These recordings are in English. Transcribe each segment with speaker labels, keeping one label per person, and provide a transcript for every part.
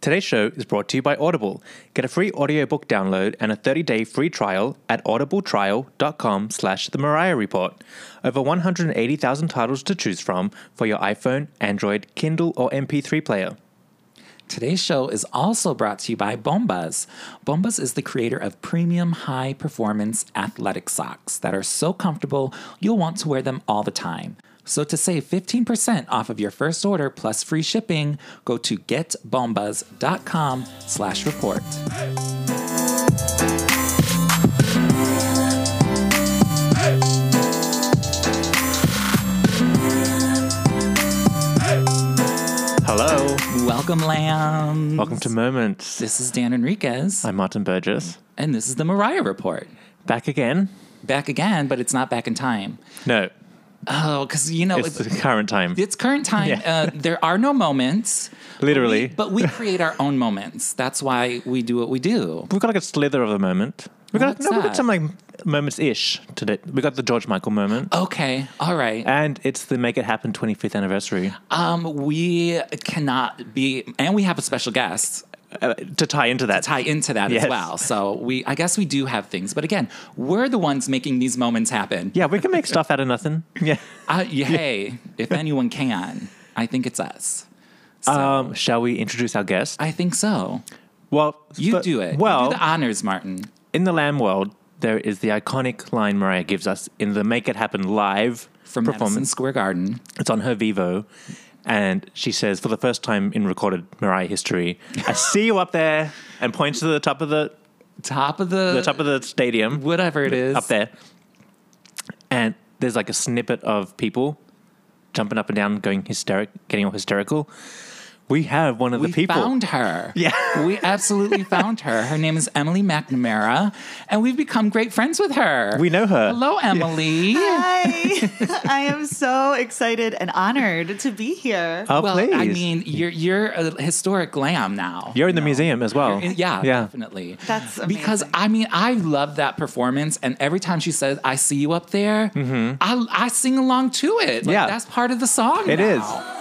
Speaker 1: Today's show is brought to you by Audible. Get a free audiobook download and a 30-day free trial at audibletrial.com slash the Mariah Report. Over 180,000 titles to choose from for your iPhone, Android, Kindle, or MP3 player.
Speaker 2: Today's show is also brought to you by Bombas. Bombas is the creator of premium high performance athletic socks that are so comfortable you'll want to wear them all the time. So to save 15% off of your first order plus free shipping, go to getbombas.com slash report.
Speaker 1: Hello.
Speaker 2: Welcome, Lamb.
Speaker 1: Welcome to Moments.
Speaker 2: This is Dan Enriquez,
Speaker 1: I'm Martin Burgess.
Speaker 2: and this is the Mariah Report.
Speaker 1: Back again?
Speaker 2: Back again, but it's not back in time.
Speaker 1: No,
Speaker 2: Oh, because you know,
Speaker 1: it's
Speaker 2: it's,
Speaker 1: the current time.
Speaker 2: it's current time.
Speaker 1: Yeah.
Speaker 2: Uh, there are no moments.
Speaker 1: Literally.
Speaker 2: But we create our own moments. That's why we do what we do.
Speaker 1: We've got like a slither of a moment. We've got,
Speaker 2: What's
Speaker 1: no, we've
Speaker 2: that?
Speaker 1: got some like moments-ish today. We've got the George Michael moment.
Speaker 2: Oh. Okay, all right.
Speaker 1: And it's the Make It Happen 25th anniversary.
Speaker 2: Um, we cannot be, and we have a special guest
Speaker 1: Uh, to tie into that.
Speaker 2: tie into that
Speaker 1: Yes.
Speaker 2: as well. So we, I guess, we do have things. But again, we're the ones making these moments happen.
Speaker 1: Yeah, we can make stuff out of nothing. Yeah.
Speaker 2: Uh, yeah, Hey, if anyone can, I think it's us. So
Speaker 1: Um, shall we introduce our guest?
Speaker 2: I think so.
Speaker 1: Well,
Speaker 2: You
Speaker 1: fir-
Speaker 2: do it.
Speaker 1: Well,
Speaker 2: you do the honors, Martin.
Speaker 1: in the lamb world, there is the iconic line Mariah gives us in the Make It Happen live
Speaker 2: From Madison
Speaker 1: performance.
Speaker 2: Square Garden.
Speaker 1: It's on her Vivo. And she says, for the first time in recorded Mariah history, I see you up there, and points to the top of the,
Speaker 2: Top of the,
Speaker 1: the top of the stadium.
Speaker 2: whatever it is.
Speaker 1: up there. And there's like a snippet of people jumping up and down, going hysteric, getting all hysterical. We have one of
Speaker 2: We
Speaker 1: the people.
Speaker 2: found her.
Speaker 1: Yeah.
Speaker 2: we absolutely found her. Her name is Emily McNamara, and we've become great friends with her.
Speaker 1: we know her.
Speaker 2: Hello, Emily.
Speaker 3: Hi. I am so excited and honored to be here.
Speaker 1: Oh,
Speaker 2: Well,
Speaker 1: please.
Speaker 2: I mean, you're you're a historic lamb now.
Speaker 1: you're in the museum as well.
Speaker 2: In- yeah,
Speaker 1: yeah.
Speaker 2: definitely.
Speaker 3: That's
Speaker 2: because
Speaker 3: amazing.
Speaker 2: I mean I love that performance, and every time she says "I see you up there," I I sing along to it. Like,
Speaker 1: Mm-hmm. Yeah.
Speaker 2: that's part of the song.
Speaker 1: It is.
Speaker 2: now.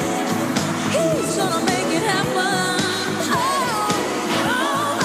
Speaker 4: He's gonna make it happen. Oh,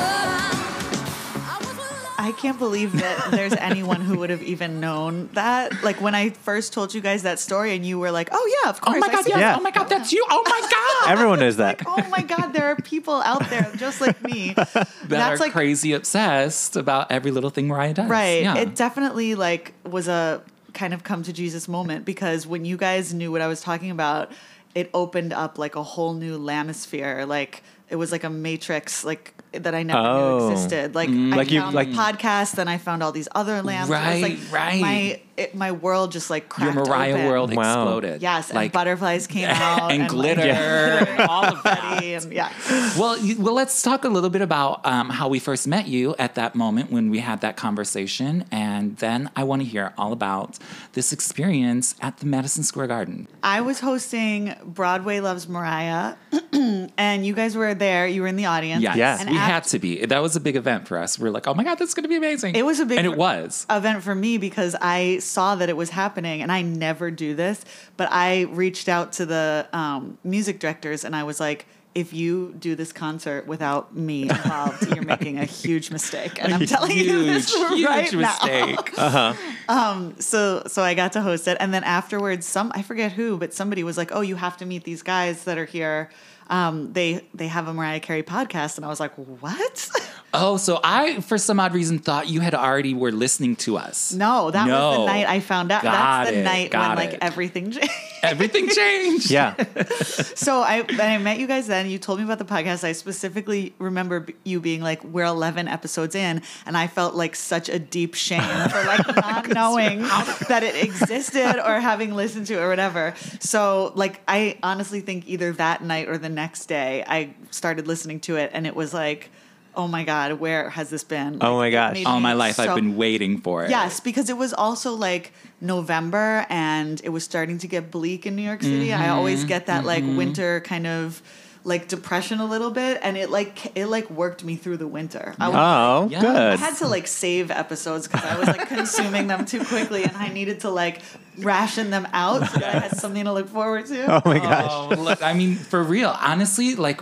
Speaker 4: oh, oh.
Speaker 3: I can't believe that there's anyone who would have even known that. Like when I first told you guys that story, and you were like, "Oh yeah, of course."
Speaker 2: Oh my
Speaker 3: I
Speaker 2: god!
Speaker 3: see
Speaker 2: Yes.
Speaker 1: Yeah.
Speaker 2: Oh my god! That's you! Oh my god!
Speaker 1: Everyone knows that.
Speaker 3: Oh my god, there are people out there just like me.
Speaker 2: that
Speaker 3: That's
Speaker 2: are
Speaker 3: like
Speaker 2: crazy obsessed about every little thing Mariah does.
Speaker 3: right.
Speaker 2: Yeah.
Speaker 3: It definitely like was a kind of come to Jesus moment because when you guys knew what I was talking about, it opened up like a whole new lamisphere. Like it was like a matrix, like that I never
Speaker 1: Oh.
Speaker 3: knew existed. Like
Speaker 2: Mm.
Speaker 3: I
Speaker 1: Like you-
Speaker 3: found
Speaker 1: like-
Speaker 3: the podcast, then I found all these other lambs. it was
Speaker 2: Right,
Speaker 3: like
Speaker 2: right.
Speaker 3: My it, my world just like
Speaker 2: Your
Speaker 3: cracked
Speaker 2: Mariah
Speaker 3: open.
Speaker 2: world
Speaker 1: Wow.
Speaker 2: exploded.
Speaker 3: Yes, and
Speaker 2: Like,
Speaker 3: butterflies came out
Speaker 2: and
Speaker 3: like,
Speaker 2: glitter and all of that.
Speaker 3: confetti and yeah.
Speaker 2: Well, you, well, let's talk a little bit about um, how we first met you at that moment when we had that conversation, and then I want to hear all about this experience at the Madison Square Garden.
Speaker 3: I was hosting Broadway Loves Mariah and you guys were there. You were in the audience.
Speaker 2: Yes.
Speaker 1: Yeah.
Speaker 3: And
Speaker 2: We
Speaker 3: af-
Speaker 2: had to be. That was a big event for us. We were like, oh my God, that's going to be amazing.
Speaker 3: It was a big
Speaker 2: And it was.
Speaker 3: event for me because I saw that it was happening, and I never do this, but I reached out to the um, music directors and I was like. If you do this concert without me involved, you're making a huge mistake, and I'm telling you this
Speaker 2: huge
Speaker 3: right now. Um,
Speaker 2: mistake.
Speaker 3: So, so I got to host it, and then afterwards, some I forget who, but somebody was like, "Oh, you have to meet these guys that are here. Um, they they have a Mariah Carey podcast," and I was like, "What?"
Speaker 2: oh, so I, for some odd reason, thought you had already were listening to us.
Speaker 3: No, that was
Speaker 2: No.
Speaker 3: the night I found out.
Speaker 2: Got
Speaker 3: That's the
Speaker 2: it.
Speaker 3: night
Speaker 2: Got
Speaker 3: when like
Speaker 2: it.
Speaker 3: everything changed.
Speaker 2: Everything changed.
Speaker 1: Yeah.
Speaker 3: so I when I met you guys then. You told me about the podcast. I specifically remember b- you being like, "We're eleven episodes in," and I felt like such a deep shame for like not knowing that it existed or having listened to it or whatever. So like, I honestly think either that night or the next day, I started listening to it, and it was like. Oh my God! Where has this been?
Speaker 1: Oh
Speaker 3: Like,
Speaker 1: my
Speaker 3: it
Speaker 1: gosh.
Speaker 3: made
Speaker 2: All
Speaker 3: me
Speaker 2: my life, I've
Speaker 3: so-
Speaker 2: been waiting for it.
Speaker 3: Yes, because it was also like November and it was starting to get bleak in New York City.
Speaker 2: Mm-hmm.
Speaker 3: I always get that like winter kind of like depression a little bit and it like it like worked me through the winter. I, was,
Speaker 1: Oh,
Speaker 2: Yes.
Speaker 3: I
Speaker 1: good.
Speaker 3: had to like save episodes cuz I was like consuming them too quickly and I needed to like ration them out so that I had something to look forward to.
Speaker 1: Oh my gosh.
Speaker 2: Oh, look, I mean, for real, honestly, like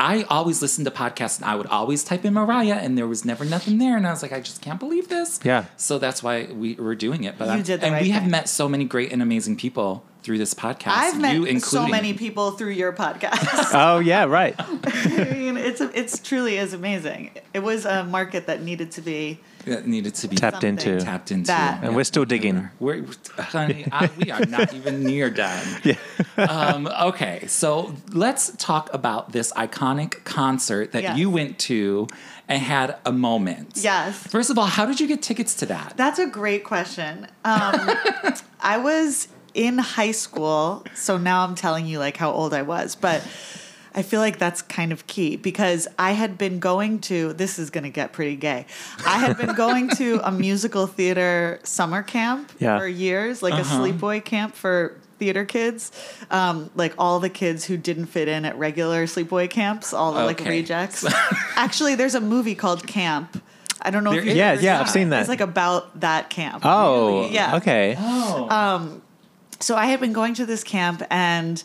Speaker 2: I always listened to podcasts and I would always type in Mariah and there was never nothing there. And I was like, I just can't believe this.
Speaker 1: Yeah.
Speaker 2: So that's why we were doing it. But
Speaker 3: You
Speaker 2: I'm-
Speaker 3: did the
Speaker 2: and
Speaker 3: right
Speaker 2: we have
Speaker 3: thing.
Speaker 2: met so many great and amazing people through this podcast.
Speaker 3: I've
Speaker 2: you
Speaker 3: met so
Speaker 2: including.
Speaker 3: many people through your podcast.
Speaker 1: Oh, yeah, right.
Speaker 3: I mean, it's it's truly is amazing. It was a market that needed to be
Speaker 2: that needed to be
Speaker 1: Tapped
Speaker 3: Something.
Speaker 1: into.
Speaker 2: tapped into.
Speaker 3: That.
Speaker 1: And we're still digging.
Speaker 2: We're, honey, I, we are not even near done. Yeah. um, okay, so let's talk about this iconic concert that
Speaker 3: Yes.
Speaker 2: you went to and had a moment.
Speaker 3: Yes.
Speaker 2: First of all, how did you get tickets to that?
Speaker 3: That's a great question. Um, I was in high school, so now I'm telling you like how old I was, but I feel like that's kind of key because I had been going to this is going to get pretty gay. I had been going to a musical theater summer camp
Speaker 1: Yeah. Uh-huh.
Speaker 3: for years, like a sleepaway camp for theater kids, um, like all the kids who didn't fit in at regular sleepaway camps, all the like
Speaker 2: Okay.
Speaker 3: rejects. Actually, there's a movie called Camp. I don't know
Speaker 2: There
Speaker 3: if you've
Speaker 2: is.
Speaker 1: Yeah,
Speaker 3: ever
Speaker 1: yeah,
Speaker 3: seen
Speaker 1: I've
Speaker 3: it.
Speaker 1: seen that.
Speaker 3: It's like about that camp.
Speaker 1: Oh,
Speaker 3: Yeah.
Speaker 1: okay.
Speaker 3: So I had been going to this camp, and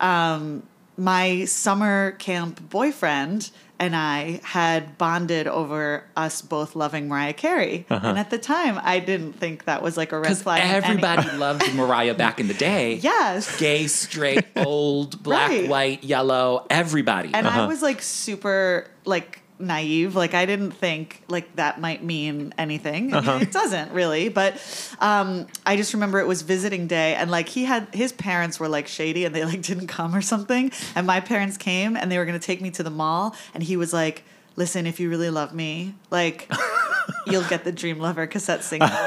Speaker 3: um, my summer camp boyfriend and I had bonded over us both loving Mariah Carey. And at the time, I didn't think that was like a red
Speaker 2: Because
Speaker 3: flag. in any-
Speaker 2: everybody loved Mariah back in the day.
Speaker 3: Yes.
Speaker 2: Gay, straight, old, black,
Speaker 3: Right.
Speaker 2: white, yellow, everybody.
Speaker 3: And I was like super like naive. Like I didn't think like that might mean anything. I mean, It doesn't really, but um, I just remember it was visiting day, and like he had his parents were like shady, and they like didn't come or something. And my parents came, and they were gonna take me to the mall, and he was like, "Listen, if you really love me, like." You'll get the Dream Lover cassette single when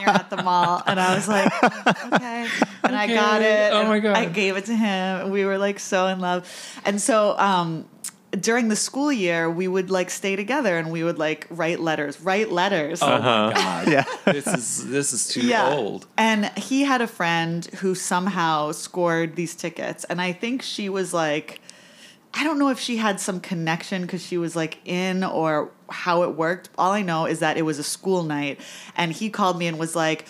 Speaker 3: you're at the mall. And I was like, okay. And I got
Speaker 2: Okay.
Speaker 3: it.
Speaker 2: Oh
Speaker 3: and
Speaker 2: my God.
Speaker 3: I gave it to him. and We were like so in love. And so um, during the school year, we would like stay together and we would like write letters, write letters.
Speaker 2: oh my god. This is this is too old.
Speaker 3: And he had a friend who somehow scored these tickets. And I think she was like, I don't know if she had some connection because she was like in or how it worked. All I know is that it was a school night. And he called me and was like,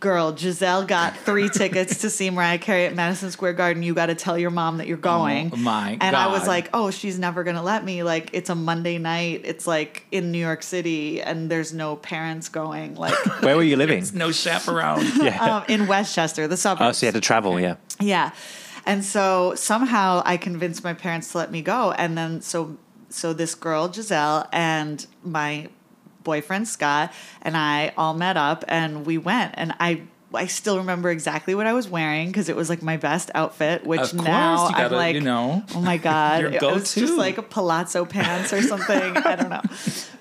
Speaker 3: Girl, Giselle got three tickets to see Mariah Carey at Madison Square Garden. You got to tell your mom that you're going.
Speaker 2: Oh my
Speaker 3: and I was
Speaker 2: God.
Speaker 3: like, oh, she's never going to let me. Like, it's a Monday night. It's like in New York City, and there's no parents going. Like,
Speaker 1: Where were you living?
Speaker 2: No chaperone.
Speaker 3: um, in Westchester, the suburbs.
Speaker 1: Oh, so you had to travel, yeah.
Speaker 3: Yeah. And so somehow I convinced my parents to let me go. And then so so this girl, Giselle, and my boyfriend Scott and I all met up and we went and I I still remember exactly what I was wearing because it was like my best outfit, which
Speaker 2: Of course,
Speaker 3: now
Speaker 2: you gotta,
Speaker 3: I'm like,
Speaker 2: you know.
Speaker 3: oh my god,
Speaker 2: Your
Speaker 3: it was just
Speaker 2: go-to.
Speaker 3: like a palazzo pants or something. I don't know,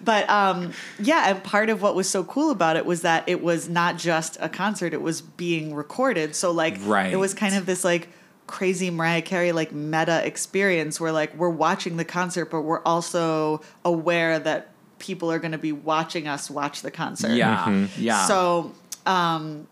Speaker 3: but um, yeah. And part of what was so cool about it was that it was not just a concert; it was being recorded. So like,
Speaker 2: Right.
Speaker 3: it was kind of this like crazy Mariah Carey like meta experience where like we're watching the concert, but we're also aware that
Speaker 2: Mm-hmm.
Speaker 3: people are going to be watching us watch the concert.
Speaker 2: Yeah. Yeah.
Speaker 3: So um,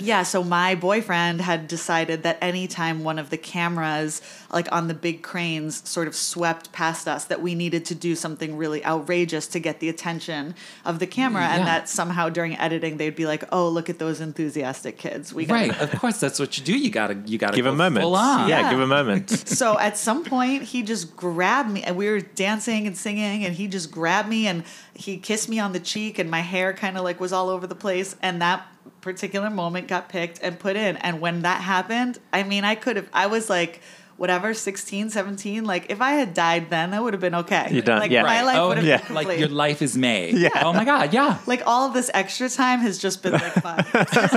Speaker 3: yeah, so my boyfriend had decided that anytime one of the cameras, like on the big cranes, sort of swept past us, that we needed to do something really outrageous to get the attention of the camera,
Speaker 2: Yeah.
Speaker 3: and that somehow during editing they'd be like, "Oh, look at those enthusiastic kids." We got
Speaker 2: Right, of course. That's what you do. You gotta, you gotta
Speaker 1: Give
Speaker 2: go
Speaker 1: a moment.
Speaker 2: Full on.
Speaker 1: Yeah,
Speaker 3: Yeah.
Speaker 1: give a moment.
Speaker 3: so at some point he just grabbed me and we were dancing and singing and he just grabbed me and he kissed me on the cheek and my hair kind of like was all over the place and that particular moment got picked and put in and when that happened i mean i could have i was like whatever 16 17 like if i had died then that would have been okay
Speaker 1: You're done.
Speaker 3: like
Speaker 1: Yeah.
Speaker 3: my
Speaker 1: Right.
Speaker 3: life
Speaker 2: oh,
Speaker 3: would have
Speaker 1: yeah.
Speaker 3: been complete.
Speaker 2: like your life is made. Yeah. Oh my god. Yeah.
Speaker 3: like all of this extra time has just been like fun It's just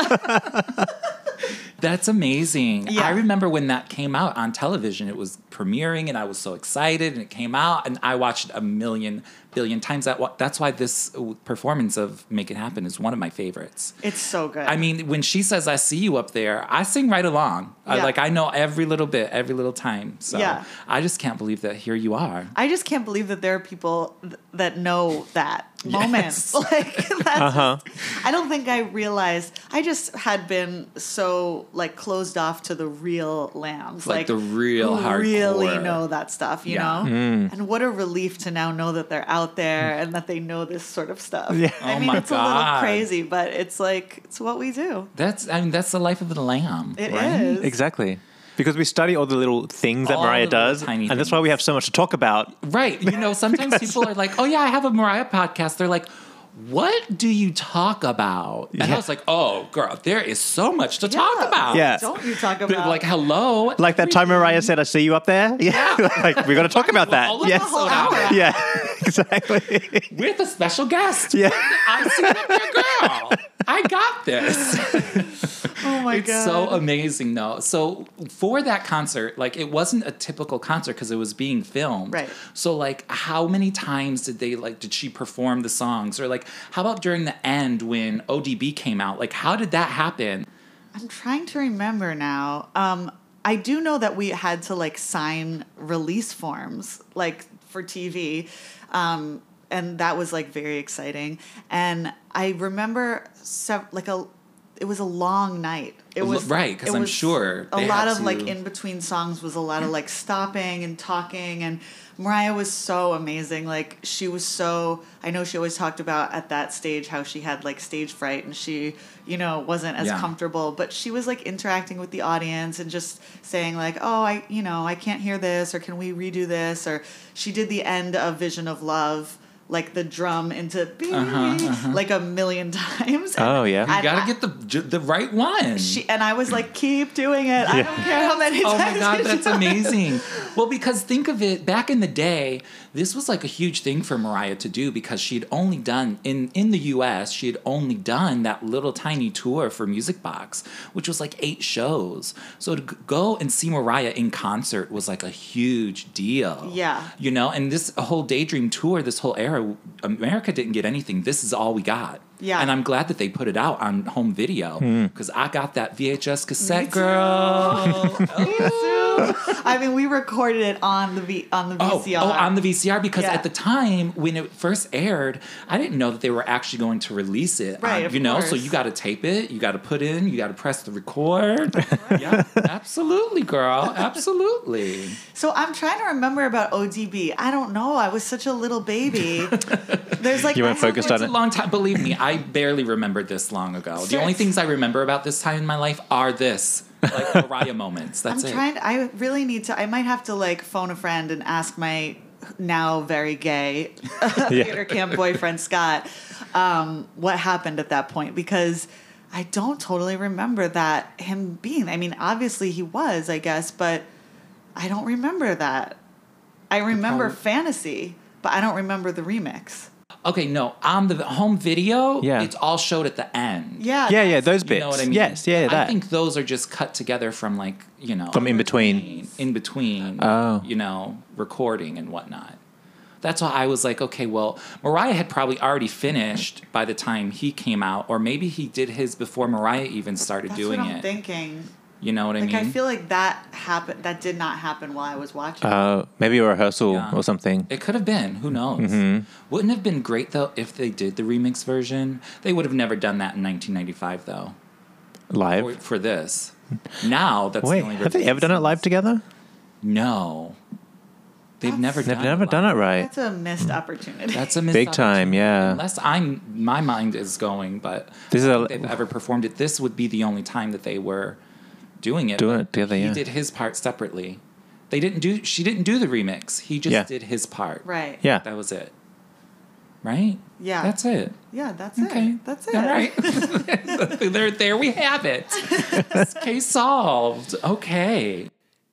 Speaker 3: extra
Speaker 2: That's amazing.
Speaker 3: Yeah.
Speaker 2: I remember when that came out on television, it was premiering and I was so excited and it came out and I watched it a million billion times. That wa- that's why this uh, performance of Make It Happen is one of my favorites.
Speaker 3: it's so good
Speaker 2: I mean, when she says I see you up there, I sing right along. I,
Speaker 3: Yeah.
Speaker 2: like I know every little bit, every little time. So
Speaker 3: Yeah.
Speaker 2: I just can't believe that here you are.
Speaker 3: I just can't believe that there are people th- that know that moment. Like that's just- I don't think I realized I just had been so like closed off to the real lambs.
Speaker 2: Like the real
Speaker 3: who really
Speaker 2: hardcore.
Speaker 3: know that stuff, you
Speaker 2: Yeah.
Speaker 3: know? And what a relief to now know that they're out there and that they know this sort of stuff. I
Speaker 2: Oh
Speaker 3: mean
Speaker 2: my
Speaker 3: it's a
Speaker 2: God.
Speaker 3: little crazy, but it's like it's what we do.
Speaker 2: That's I mean that's the life of the lamb.
Speaker 3: It is.
Speaker 2: right?
Speaker 1: exactly. Because we study all the little things that
Speaker 2: All
Speaker 1: Mariah
Speaker 2: the little
Speaker 1: does, and
Speaker 2: tiny
Speaker 1: that's why we have so much to talk about.
Speaker 2: Right. You know, sometimes people are like, oh, yeah, I have a Mariah podcast. They're like, what do you talk about? And
Speaker 1: Yeah.
Speaker 2: I was like, oh, girl, there is so much to
Speaker 3: Yeah.
Speaker 2: talk about.
Speaker 1: Yeah.
Speaker 3: Don't you talk
Speaker 2: They're
Speaker 3: about
Speaker 2: like, hello.
Speaker 1: Like that time Mariah said, "I see you up there." Yeah, like we got to talk about that.
Speaker 2: All of
Speaker 1: Yes.
Speaker 2: the whole hour
Speaker 1: Yeah, exactly.
Speaker 2: with a special guest.
Speaker 1: Yeah.
Speaker 2: I see that girl. I got this.
Speaker 3: oh my
Speaker 2: It's
Speaker 3: god.
Speaker 2: so amazing, though. So for that concert, like it wasn't a typical concert because it was being filmed.
Speaker 3: Right.
Speaker 2: So like, how many times did they like? Did she perform the songs? Or like, how about during the end when ODB came out? Like, how did that happen?
Speaker 3: I'm trying to remember now. Um, I do know that we had to like sign release forms, like for TV, um, and that was like very exciting. And I remember sev- like a, it was a long night. It
Speaker 2: Well,
Speaker 3: was
Speaker 2: right, 'cause
Speaker 3: it
Speaker 2: I'm
Speaker 3: was
Speaker 2: sure
Speaker 3: a
Speaker 2: they
Speaker 3: lot
Speaker 2: had
Speaker 3: of like
Speaker 2: to-
Speaker 3: in between songs was a lot of like stopping and talking and Mariah was so amazing. Like she was so I know she always talked about at that stage how she had like stage fright and she, you know, wasn't as
Speaker 2: Yeah.
Speaker 3: comfortable, but she was like interacting with the audience and just saying like, "Oh, I, you know, I can't hear this or can we redo this?" or she did the end of Vision of Love like the drum into like a million times.
Speaker 1: Uh-huh, Oh, yeah.
Speaker 2: You
Speaker 3: And
Speaker 2: gotta
Speaker 3: I-
Speaker 2: get the j- the right one.
Speaker 3: she and I was like, keep doing it. I don't care how many
Speaker 2: Oh
Speaker 3: times.
Speaker 2: my god,
Speaker 3: you
Speaker 2: that's
Speaker 3: do it."
Speaker 2: amazing. Well, because think of it, back in the day, this was like a huge thing for Mariah to do because she'd only done in in the US, she had only done that little tiny tour for Music Box, which was like eight shows. So to g- go and see Mariah in concert was like a huge deal.
Speaker 3: Yeah.
Speaker 2: You know, and this whole Daydream tour, this whole era, America didn't get anything. This is all we got.
Speaker 3: Yeah.
Speaker 2: And I'm glad that they put it out on home video because I got that VHS cassette, girl.
Speaker 3: I mean, we recorded it on the v- on the
Speaker 2: Oh,
Speaker 3: VCR.
Speaker 2: oh, on the VCR because
Speaker 3: Yeah.
Speaker 2: at the time when it first aired, I didn't know that they were actually going to release it.
Speaker 3: Right,
Speaker 2: on-
Speaker 3: of
Speaker 2: you know, so
Speaker 3: course.
Speaker 2: you got to tape it, you got to put in, you got to press the record. yeah, absolutely, girl, absolutely.
Speaker 3: so I'm trying to remember about ODB. I don't know. I was such a little baby. There's like
Speaker 1: You weren't
Speaker 3: I have,
Speaker 1: focused
Speaker 3: like,
Speaker 1: on
Speaker 2: It's a long time. Believe me, I barely remembered this long ago. The only things I remember about this time in my life are this, like Mariah moments. That's
Speaker 3: I'm
Speaker 2: it.
Speaker 3: trying. I really need to. I might have to like phone a friend and ask my now very gay theater camp boyfriend Scott um, what happened at that point because I don't totally remember that him being. I mean, obviously he was, I guess, but I don't remember that. I remember
Speaker 2: probably-
Speaker 3: fantasy, but I don't remember the remix.
Speaker 2: Okay, no, on the home video,
Speaker 1: Yeah.
Speaker 2: it's all showed at the end.
Speaker 3: Yeah,
Speaker 1: Yeah, yeah, those bits.
Speaker 2: You know what I mean?
Speaker 1: Yes, yeah, that.
Speaker 2: I think those are just cut together from like you know
Speaker 1: From in between.
Speaker 2: in between,
Speaker 1: Oh.
Speaker 2: you know, recording and whatnot. That's why I was like, okay, well, Mariah had probably already finished by the time he came out, or maybe he did his before Mariah even started
Speaker 3: that's
Speaker 2: doing
Speaker 3: what I'm
Speaker 2: it.
Speaker 3: thinking.
Speaker 2: You know what I
Speaker 3: Like
Speaker 2: mean?
Speaker 3: I feel like that happened. That did not happen while I was watching.
Speaker 1: Uh, maybe a rehearsal
Speaker 2: Yeah.
Speaker 1: or something.
Speaker 2: It could have been. Who knows?
Speaker 1: Mm-hmm.
Speaker 2: Wouldn't it have been great though if they did the remix version. They would have never done that in 1995 though.
Speaker 1: live.
Speaker 2: for, for this. Now that's
Speaker 1: Wait,
Speaker 2: the only
Speaker 1: have they ever done it live together?
Speaker 2: No, they've never
Speaker 1: They've
Speaker 2: done
Speaker 1: never
Speaker 2: it
Speaker 1: done
Speaker 2: live.
Speaker 1: it right.
Speaker 3: That's a missed opportunity.
Speaker 2: mm. That's a missed
Speaker 1: Big time,
Speaker 2: opportunity.
Speaker 1: yeah.
Speaker 2: Unless I'm, my mind is going, but
Speaker 1: This is
Speaker 2: I
Speaker 1: a-
Speaker 2: don't think they've ever performed it. This would be the only time that they were doing it.
Speaker 1: Doing
Speaker 2: but
Speaker 1: it together,
Speaker 2: He
Speaker 1: yeah.
Speaker 2: did his part separately. They didn't do. She didn't do the remix. He just
Speaker 1: Yeah.
Speaker 2: did his part.
Speaker 3: right.
Speaker 1: Yeah.
Speaker 2: That was it. Right.
Speaker 3: Yeah.
Speaker 2: That's it.
Speaker 3: Yeah, that's
Speaker 2: Okay.
Speaker 3: it. That's it.
Speaker 2: All right. there, there we have it. Case solved. Okay.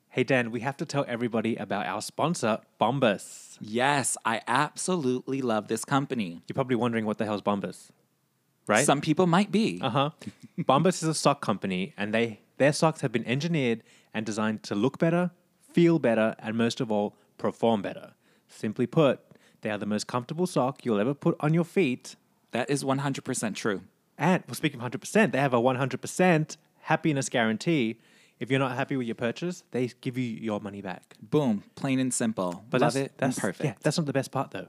Speaker 1: Hey, Dan, we have to tell everybody about our sponsor, Bombas.
Speaker 2: Yes, I absolutely love this company.
Speaker 1: You're probably wondering what the hell's Bombas, right?
Speaker 2: Some people might be.
Speaker 1: Uh huh. Bombas is a sock company, and they their socks have been engineered and designed to look better, feel better, and most of all, perform better. Simply put, they are the most comfortable sock you'll ever put on your feet.
Speaker 2: That is 100% true.
Speaker 1: And well, speaking of 100%, they have a 100% happiness guarantee. If you're not happy with your purchase, they give you your money back.
Speaker 2: Boom, plain and simple. Love
Speaker 1: that's,
Speaker 2: it. and
Speaker 1: that's-
Speaker 2: perfect.
Speaker 1: Yeah, that's not the best part though.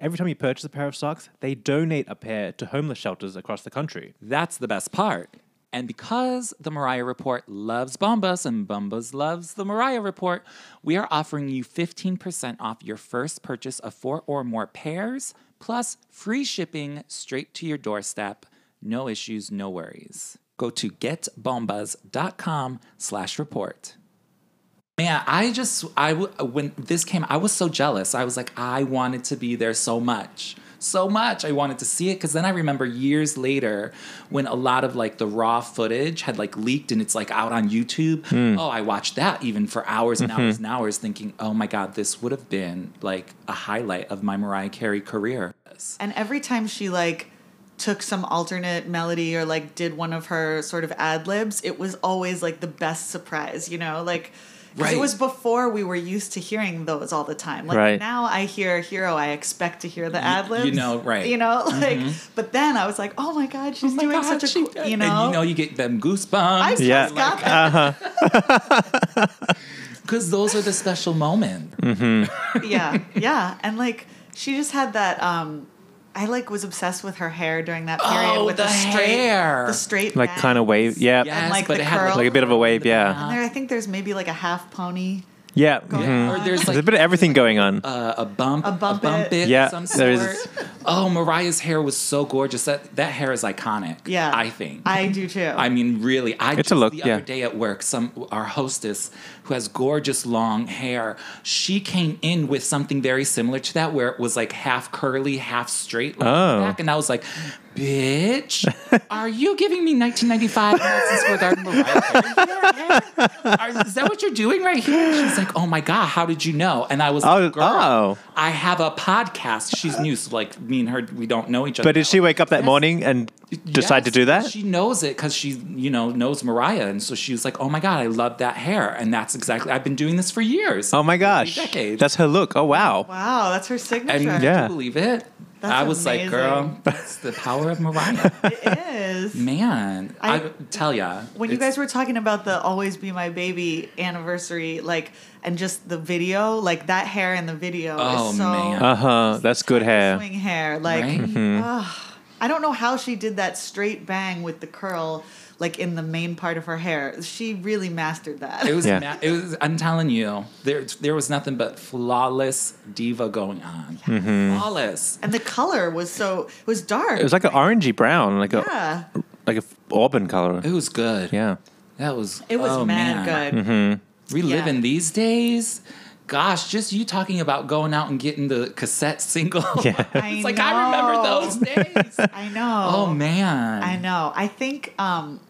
Speaker 1: Every time you purchase a pair of socks, they donate a pair to homeless shelters across the country.
Speaker 2: That's the best part. And because the Mariah Report loves Bombas and Bombas loves the Mariah Report, we are offering you 15% off your first purchase of four or more pairs, plus free shipping straight to your doorstep. No issues, no worries. Go to getbombas.com slash report. Man, I just I w- when this came, I was so jealous. I was like, I wanted to be there so much, so much. I wanted to see it because then I remember years later when a lot of like the raw footage had like leaked and it's like out on YouTube.
Speaker 1: Hmm.
Speaker 2: Oh, I watched that even for hours and hours
Speaker 1: Mm-hmm.
Speaker 2: and hours, thinking, oh my god, this would have been like a highlight of my Mariah Carey career.
Speaker 3: And every time she like took some alternate melody or like did one of her sort of ad libs, it was always like the best surprise, you know? Like 'cause
Speaker 2: Right.
Speaker 3: it was before we were used to hearing those all the time. Like
Speaker 1: Right.
Speaker 3: now I hear Hero, I expect to hear the ad libs.
Speaker 2: you know, right.
Speaker 3: You know, like but then I was like, "Oh my god, she's
Speaker 2: Oh my
Speaker 3: doing
Speaker 2: God,
Speaker 3: such a
Speaker 2: she
Speaker 3: cool,
Speaker 2: did.
Speaker 3: you
Speaker 2: and
Speaker 3: know."
Speaker 2: you know, you get them goosebumps.
Speaker 3: I just
Speaker 1: Yeah.
Speaker 3: got that.
Speaker 2: Because those are the special moments.
Speaker 1: Mm.
Speaker 3: yeah, yeah, and like she just had that. um I like was obsessed with her hair during that period
Speaker 2: Oh,
Speaker 3: with
Speaker 2: the
Speaker 3: straight,
Speaker 2: hair.
Speaker 3: the straight,
Speaker 1: Like
Speaker 3: bangs.
Speaker 1: kind of wave, yeah,
Speaker 2: Yes,
Speaker 3: like
Speaker 2: but
Speaker 3: the
Speaker 2: it had
Speaker 3: curl.
Speaker 1: like a bit of a wave, yeah,
Speaker 3: And there, I think there's maybe like a half
Speaker 1: yeah.
Speaker 3: pony.
Speaker 1: mm-hmm.
Speaker 2: Yeah. Or Mm-hmm. there's
Speaker 1: There's
Speaker 2: like uh,
Speaker 1: a bit of everything going on.
Speaker 2: a, a bump, a
Speaker 3: bump
Speaker 2: bump
Speaker 3: it.
Speaker 2: it,
Speaker 1: Yeah,
Speaker 2: of some
Speaker 1: there is-
Speaker 2: sort. Oh, Mariah's hair was so gorgeous. That that hair is iconic.
Speaker 3: Yeah,
Speaker 2: I think.
Speaker 3: I do too.
Speaker 2: I mean, really, I
Speaker 1: It's
Speaker 2: just,
Speaker 1: a look,
Speaker 2: the
Speaker 1: yeah.
Speaker 2: other day at work, some our hostess who has gorgeous long hair, she came in with something very similar to that, where it was like half curly, half straight like
Speaker 1: Oh.
Speaker 2: back, and I was like, "Bitch, are you giving me 1995 Madison Square Garden Mariah Carey hair? Are- Is that what you're doing right here?" She's like, "Oh my god, how did you know?" And I was
Speaker 1: Oh,
Speaker 2: like, "Girl,
Speaker 1: oh.
Speaker 2: I have a podcast. She's new, so like me and her, we don't know each other."
Speaker 1: but did
Speaker 2: that
Speaker 1: she wake up that
Speaker 2: Yes.
Speaker 1: morning and decide to
Speaker 2: Yes,
Speaker 1: do that?
Speaker 2: She knows it because she, you know, knows Mariah, and so she was like, "Oh my god, I love that hair," and that's exactly. I've been doing this for years.
Speaker 1: oh my gosh,
Speaker 2: decades.
Speaker 1: that's her look. Oh wow.
Speaker 3: wow, that's her signature.
Speaker 2: and
Speaker 1: Yeah.
Speaker 2: yeah. you believe it?
Speaker 3: That's
Speaker 2: I was like, "Girl,
Speaker 3: amazing.
Speaker 2: that's the power of Mariah."
Speaker 3: It is.
Speaker 2: Man, I,
Speaker 3: I-
Speaker 2: tell ya,
Speaker 3: When you
Speaker 2: it's-
Speaker 3: guys were talking about the "Always Be My Baby" anniversary, like, and just the video, like that hair in the video
Speaker 2: Oh,
Speaker 3: is so
Speaker 2: man.
Speaker 1: Uh huh. That's good hair.
Speaker 3: swing hair. Like,
Speaker 2: Right?
Speaker 1: Mm-hmm.
Speaker 3: ugh. I don't know how she did that straight bang with the curl, like in the main part of her hair. She really mastered that.
Speaker 2: it was,
Speaker 1: Yeah.
Speaker 2: ma- it was. I'm telling you, there, there was nothing but flawless diva going on.
Speaker 1: Mm-hmm.
Speaker 2: Flawless.
Speaker 3: and the color was so it was dark.
Speaker 1: It was like an orangey brown, like
Speaker 3: yeah,
Speaker 1: a like a f- auburn color.
Speaker 2: It was good.
Speaker 1: Yeah.
Speaker 2: That was.
Speaker 3: it was
Speaker 2: oh,
Speaker 3: mad
Speaker 2: man.
Speaker 3: good.
Speaker 2: we live
Speaker 3: Yeah.
Speaker 2: in these days. Gosh, just you talking about going out and getting the cassette single.
Speaker 1: Yeah.
Speaker 3: I
Speaker 2: it's like I remember
Speaker 3: know.
Speaker 2: those days.
Speaker 3: I know.
Speaker 2: oh man.
Speaker 3: I know. I think um,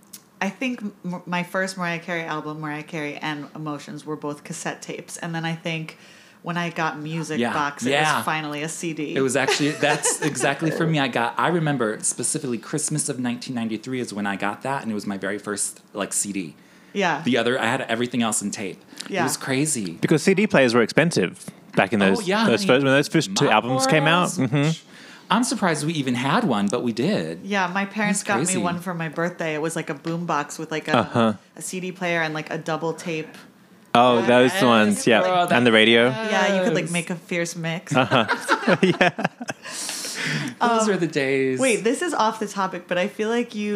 Speaker 3: I think m- my first Mariah Carey album, Mariah Carey and Emotions, were both cassette tapes, and then I think when I got Music
Speaker 2: Yeah.
Speaker 3: Box, it
Speaker 2: Yeah.
Speaker 3: was finally a CD.
Speaker 2: It was actually that's exactly for me. I got I remember specifically Christmas of 1993 is when I got that, and it was my very first like CD.
Speaker 3: yeah.
Speaker 2: The other I had everything else in tape. It
Speaker 3: Yeah.
Speaker 2: was crazy.
Speaker 1: Because CD players were expensive back in those
Speaker 2: oh yeah,
Speaker 1: those
Speaker 2: honey.
Speaker 1: first when those first two
Speaker 2: My
Speaker 1: albums came out. Mm-hmm.
Speaker 2: girls. I'm surprised we even had one, but we did.
Speaker 3: yeah, my parents
Speaker 2: That's
Speaker 3: got
Speaker 2: crazy. Uh-huh.
Speaker 3: me one for my birthday. It was like a boombox with like a, a CD player and like a double tape.
Speaker 1: Oh, those
Speaker 3: Yes.
Speaker 1: ones, yeah,
Speaker 2: Girl, that-
Speaker 1: and the radio.
Speaker 3: Yeah, you could like
Speaker 2: Yes. Uh-huh.
Speaker 3: make a fierce mix.
Speaker 2: Those are the days.
Speaker 3: Oh. Wait, this is off the topic, but I feel like you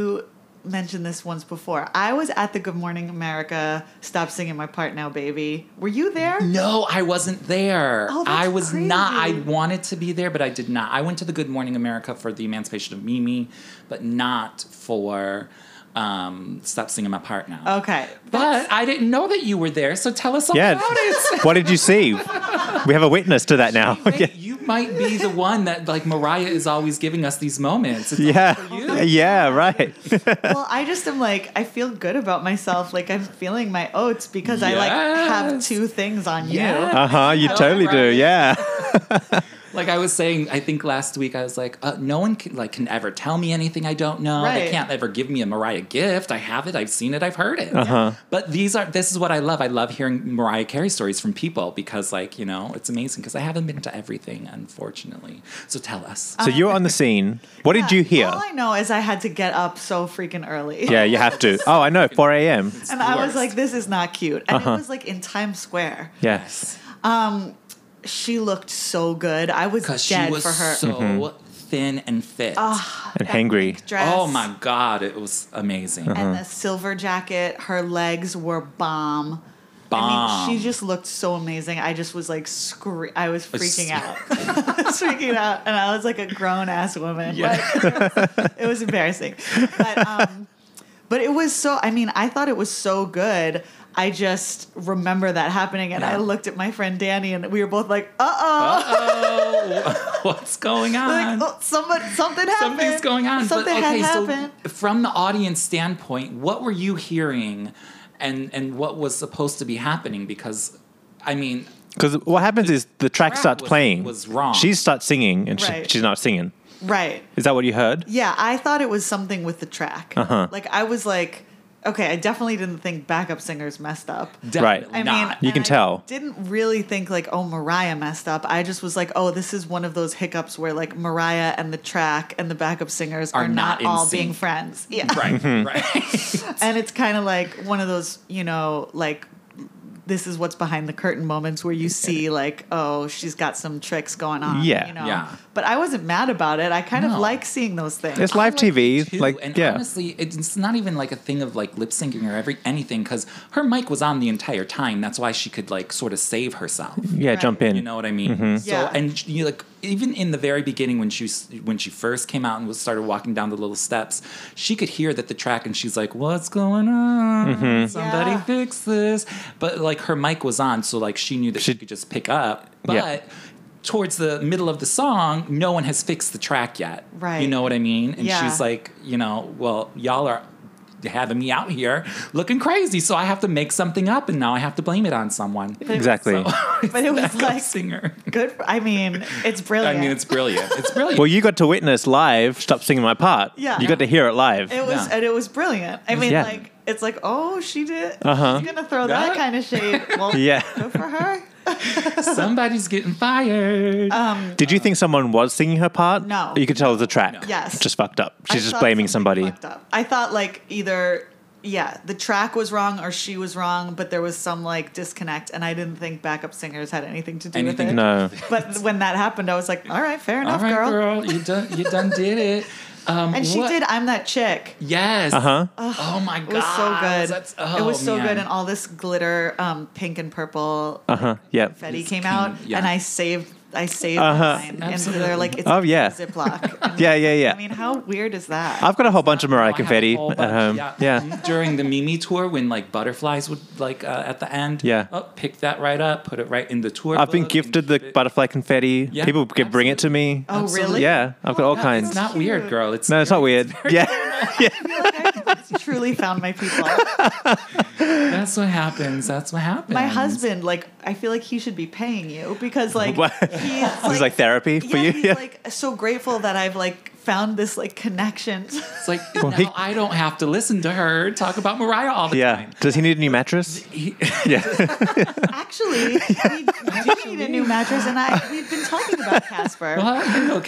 Speaker 3: mentioned this once before. I was at the Good Morning America Stop Singing My Part Now Baby. Were you there?
Speaker 2: No, I wasn't there.
Speaker 3: Oh, that's
Speaker 2: I was not. I
Speaker 3: crazy.
Speaker 2: wanted to be there, but I did not. I went to the Good Morning America for the Emancipation of Mimi, but not for um, Stop Singing My Part Now.
Speaker 3: Okay.
Speaker 2: But I didn't know that you were there, so tell us all
Speaker 1: Yeah.
Speaker 2: about it.
Speaker 1: what did you see? We have a witness to that now.
Speaker 2: Wait, You might be the one that, like, Mariah is always giving us these moments. It's
Speaker 1: Yeah. Yeah, right.
Speaker 3: well, I just am like, I feel good about myself. Like I'm feeling my oats because I like have
Speaker 2: Yes.
Speaker 3: two things on
Speaker 2: Yeah.
Speaker 3: you.
Speaker 1: Uh huh. You totally do.
Speaker 2: Right.
Speaker 1: Yeah.
Speaker 2: Like I was saying, I think last week I was like, uh, no one can, like can ever tell me anything I don't know. They
Speaker 3: Right.
Speaker 2: can't ever give me a Mariah gift. I have it. I've seen it. I've heard it. But these are this is what I love. I love hearing Mariah Carey stories from people because, like you know, it's amazing. Because I haven't been to everything, unfortunately. So tell us.
Speaker 1: So you were on the scene. What did you hear?
Speaker 3: All I know is I had to get up so freaking early.
Speaker 1: Yeah, you have to. Oh, I know. 4 a.m.
Speaker 3: And I was
Speaker 2: Worst. Uh-huh.
Speaker 3: like, this is not cute. And it was like in Times Square.
Speaker 1: Yes.
Speaker 3: She looked so good. I was dead
Speaker 2: Because she was
Speaker 3: for her.
Speaker 2: so thin and fit.
Speaker 1: And hangry.
Speaker 3: dress.
Speaker 2: oh my god, it was amazing.
Speaker 3: And the silver jacket. Her legs were bomb. I mean,
Speaker 2: Bomb.
Speaker 3: she just looked so amazing. I just was like, scre- I was
Speaker 2: It's-
Speaker 3: freaking out. I was freaking out. And I was like a grown ass woman. Like, it was embarrassing. But, um, but it was so, I mean, I thought it was so good. I just remember that happening. And I
Speaker 2: Yeah.
Speaker 3: looked at my friend Danny and we were both like, uh oh.
Speaker 2: oh, what's going on?
Speaker 3: Like, oh, somebody, something happened.
Speaker 2: Something's going on.
Speaker 3: Something
Speaker 2: but, okay,
Speaker 3: had happened.
Speaker 2: So from the audience standpoint, what were you hearing and and what was supposed to be happening? Because I mean,
Speaker 1: Because what happens is the track
Speaker 2: track
Speaker 1: starts
Speaker 2: was-
Speaker 1: playing.
Speaker 2: was wrong.
Speaker 1: She starts singing and
Speaker 3: Right.
Speaker 1: she, she's not singing.
Speaker 3: right.
Speaker 1: Is that what you heard?
Speaker 3: Yeah, I thought it was something with the track. Uh-huh. Like I was like, okay, I definitely didn't think backup singers messed up.
Speaker 1: Right.
Speaker 2: definitely
Speaker 3: I mean,
Speaker 2: not.
Speaker 1: You
Speaker 3: and
Speaker 1: can
Speaker 3: I
Speaker 1: tell.
Speaker 3: Didn't really think like, oh, Mariah messed up. I just was like, oh, this is one of those hiccups where like Mariah and the track and the backup singers
Speaker 2: Are
Speaker 3: are,
Speaker 2: not
Speaker 3: not,
Speaker 2: in
Speaker 3: all
Speaker 2: sync.
Speaker 3: being friends. Yeah,
Speaker 2: right, right.
Speaker 3: and it's kind of like one of those, you know, like this is what's behind the curtain moments where you see like, oh, she's got some tricks going on.
Speaker 1: Yeah.
Speaker 3: you know?
Speaker 2: Yeah.
Speaker 3: But I wasn't mad about it. I kind
Speaker 2: No.
Speaker 3: of like seeing those things.
Speaker 1: It's live
Speaker 2: I like
Speaker 1: TV.
Speaker 2: it too,
Speaker 1: like,
Speaker 2: and
Speaker 1: yeah.
Speaker 2: honestly, it's not even like a thing of like lip syncing or every anything because her mic was on the entire time. That's why she could like sort of save herself.
Speaker 1: yeah,
Speaker 3: Right.
Speaker 1: jump in. Mm-hmm.
Speaker 2: You know what I mean? So
Speaker 3: Yeah.
Speaker 2: and sh- you like even in the very beginning when she s- when she first came out and was started walking down the little steps, she could hear that the track and she's like, "What's going on?
Speaker 1: Mm-hmm.
Speaker 2: Somebody
Speaker 3: Yeah.
Speaker 2: fix this." But like her mic was on, so like she knew that she,
Speaker 1: She-
Speaker 2: could just pick up. But
Speaker 1: Yeah.
Speaker 2: towards the middle of the song, no one has fixed the track yet. You
Speaker 3: Right.
Speaker 2: know what I mean? And
Speaker 3: Yeah.
Speaker 2: she's like, you know, well, y'all are having me out here looking crazy, so I have to make something up, and now I have to blame it on someone.
Speaker 1: exactly.
Speaker 3: but it was
Speaker 2: Backup
Speaker 3: like oh,
Speaker 2: singer.
Speaker 3: good. I mean, it's
Speaker 2: I
Speaker 3: brilliant.
Speaker 2: mean, it's brilliant. It's brilliant.
Speaker 1: well, you got to witness live. Stop singing my part.
Speaker 3: Yeah.
Speaker 1: You got to hear it live.
Speaker 3: it was
Speaker 2: yeah.
Speaker 3: and it was brilliant. I mean,
Speaker 1: Yeah.
Speaker 3: like it's like oh, she did.
Speaker 1: Uh-huh.
Speaker 3: She's gonna throw that
Speaker 2: Yeah.
Speaker 3: kind of shade. Well,
Speaker 1: Yeah.
Speaker 3: good for her.
Speaker 2: Somebody's getting fired.
Speaker 3: Uh-huh,
Speaker 1: Did you think someone was singing her part?
Speaker 3: No.
Speaker 1: You could tell it was the track.
Speaker 3: Yes.
Speaker 1: Just fucked up.
Speaker 3: I
Speaker 1: She's just
Speaker 3: thought
Speaker 1: blaming
Speaker 3: something
Speaker 1: somebody.
Speaker 3: fucked up. I thought like either yeah, the track was wrong or she was wrong, but there was some like disconnect, and I didn't think backup singers had anything to do
Speaker 2: Anything
Speaker 3: with it.
Speaker 1: No.
Speaker 3: But when that happened, I was like, all right, fair
Speaker 2: All
Speaker 3: enough,
Speaker 2: right,
Speaker 3: girl.
Speaker 2: girl. you done. You done did it. Um,
Speaker 3: And she
Speaker 2: what-
Speaker 3: did. I'm that chick.
Speaker 2: Yes.
Speaker 1: Uh huh.
Speaker 2: Oh my god.
Speaker 3: It was so good.
Speaker 2: That's, oh,
Speaker 3: it was so
Speaker 2: man.
Speaker 3: good, and all this glitter, um, pink and purple
Speaker 1: Uh huh. Yeah.
Speaker 3: Fetty
Speaker 2: It's
Speaker 3: came
Speaker 2: king-
Speaker 3: out,
Speaker 2: yeah.
Speaker 3: and I saved. I saved
Speaker 1: Uh-huh.
Speaker 3: mine, and so they're like, "It's
Speaker 1: Oh, yeah.
Speaker 3: Ziploc." And
Speaker 1: Yeah, yeah, yeah.
Speaker 3: I mean, how weird is that?
Speaker 1: I've got a whole bunch of Mariah
Speaker 2: Oh, I have a
Speaker 1: confetti
Speaker 2: whole
Speaker 1: at
Speaker 2: bunch,
Speaker 1: home. Yeah.
Speaker 2: During the Mimi tour, when like butterflies would like uh, at the end.
Speaker 1: Yeah.
Speaker 2: Oh, pick that right up. Put it right in the tour.
Speaker 1: I've been
Speaker 2: book and
Speaker 1: gifted the
Speaker 2: keep it-
Speaker 1: butterfly confetti.
Speaker 2: Yeah,
Speaker 1: People can bring it to me.
Speaker 3: oh, really?
Speaker 1: Yeah. I've got all
Speaker 3: that's
Speaker 1: kinds.
Speaker 2: It's not
Speaker 3: Cute.
Speaker 2: weird, girl. It's
Speaker 1: no, it's not weird. Yeah.
Speaker 3: I truly found my people.
Speaker 2: That's what happens. That's what happens.
Speaker 3: My husband, like, I feel like he should be paying you because, like,
Speaker 1: What?
Speaker 3: he's like,
Speaker 1: This is like therapy for
Speaker 3: yeah,
Speaker 1: you.
Speaker 3: he's like so grateful that I've like found this like connection.
Speaker 2: It's like now
Speaker 1: he-
Speaker 2: I don't have to listen to her talk about Mariah all the
Speaker 1: yeah.
Speaker 2: time.
Speaker 1: Does he need a new mattress?
Speaker 2: He-
Speaker 1: yeah.
Speaker 3: Actually, we do need a new mattress, and I we've been talking about Casper.
Speaker 2: Well, you go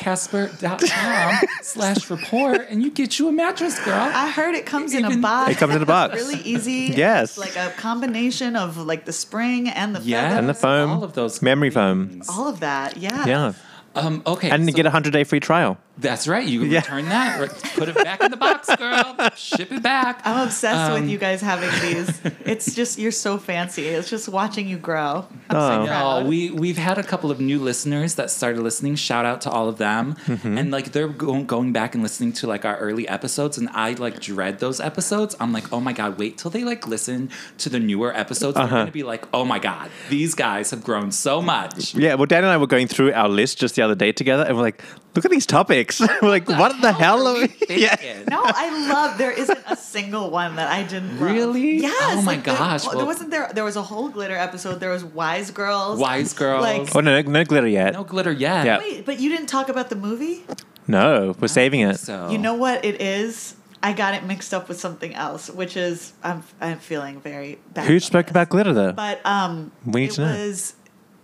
Speaker 2: casper.com slash report and you get you a mattress, girl.
Speaker 3: I heard it comes in
Speaker 2: Even-
Speaker 3: a box.
Speaker 1: It comes in a box.
Speaker 3: really easy.
Speaker 1: Yes.
Speaker 3: It's like a combination of like the spring and the
Speaker 2: Yeah.
Speaker 3: yeah.
Speaker 1: And the foam.
Speaker 2: All of those
Speaker 1: Memory foam.
Speaker 2: things.
Speaker 3: all of that. Yeah.
Speaker 1: Yeah.
Speaker 2: Um, okay.
Speaker 1: And you
Speaker 2: so-
Speaker 1: get a 100 day free trial.
Speaker 2: That's right. You can
Speaker 1: Yeah.
Speaker 2: return that. re- Put it back in the box, girl. Ship it back.
Speaker 3: I'm obsessed
Speaker 2: Um,
Speaker 3: with you guys having these. It's just you're so fancy. It's just watching you grow. I'm
Speaker 1: Oh.
Speaker 3: so
Speaker 2: No,
Speaker 3: proud.
Speaker 2: we we've had a couple of new listeners that started listening. Shout out to all of them,
Speaker 1: Mm-hmm.
Speaker 2: and like they're go- going back and listening to like our early episodes, and I like dread those episodes. I'm like, oh my god, wait till they like listen to the newer episodes. They're
Speaker 1: Uh-huh.
Speaker 2: gonna be like, oh my god, these guys have grown so much.
Speaker 1: Yeah, well, Dan and I were going through our list just the other day together, and we're like, "Look at these topics." we're like, "What the hell?" Are we? Yeah,
Speaker 2: Thinking.
Speaker 3: no, I love. There isn't a single one that I didn't love.
Speaker 2: Really?
Speaker 3: Yes.
Speaker 2: Oh my
Speaker 3: like, there-
Speaker 2: gosh,
Speaker 3: There,
Speaker 2: well-
Speaker 3: wasn't there. There was a whole glitter episode. There was Wise Girls.
Speaker 2: Wise girls.
Speaker 3: Like-
Speaker 1: Oh no, no, no glitter yet.
Speaker 2: no glitter yet.
Speaker 1: Yeah.
Speaker 3: Wait, but you didn't talk about the movie.
Speaker 1: No, we're saving it.
Speaker 2: So
Speaker 3: You know what it is? I got it mixed up with something else, which is I'm I'm feeling very bad.
Speaker 1: Who
Speaker 3: about
Speaker 1: spoke
Speaker 3: this.
Speaker 1: about glitter though?
Speaker 3: But um,
Speaker 1: We need
Speaker 3: it
Speaker 1: to know.
Speaker 3: was.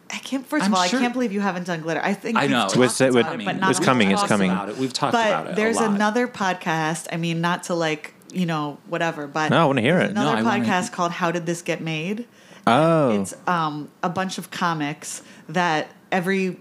Speaker 3: I can't. 1st
Speaker 2: I'm
Speaker 3: of all,
Speaker 2: sure-
Speaker 3: I can't believe you haven't done glitter. I think
Speaker 2: I
Speaker 3: we've
Speaker 2: know
Speaker 3: talked
Speaker 1: We're sa- we're-
Speaker 3: about it, but not
Speaker 1: it's
Speaker 3: a lot.
Speaker 1: coming, it's
Speaker 2: We've talked
Speaker 1: coming.
Speaker 2: About it. We've talked about
Speaker 3: But
Speaker 2: it.
Speaker 3: there's
Speaker 2: a lot.
Speaker 3: another podcast. I mean, not to like you know whatever, but
Speaker 1: No, I wanna hear it.
Speaker 3: there's Another
Speaker 2: No, I wanna-
Speaker 3: podcast called "How Did This Get Made."
Speaker 1: oh,
Speaker 3: It's um, a bunch of comics that every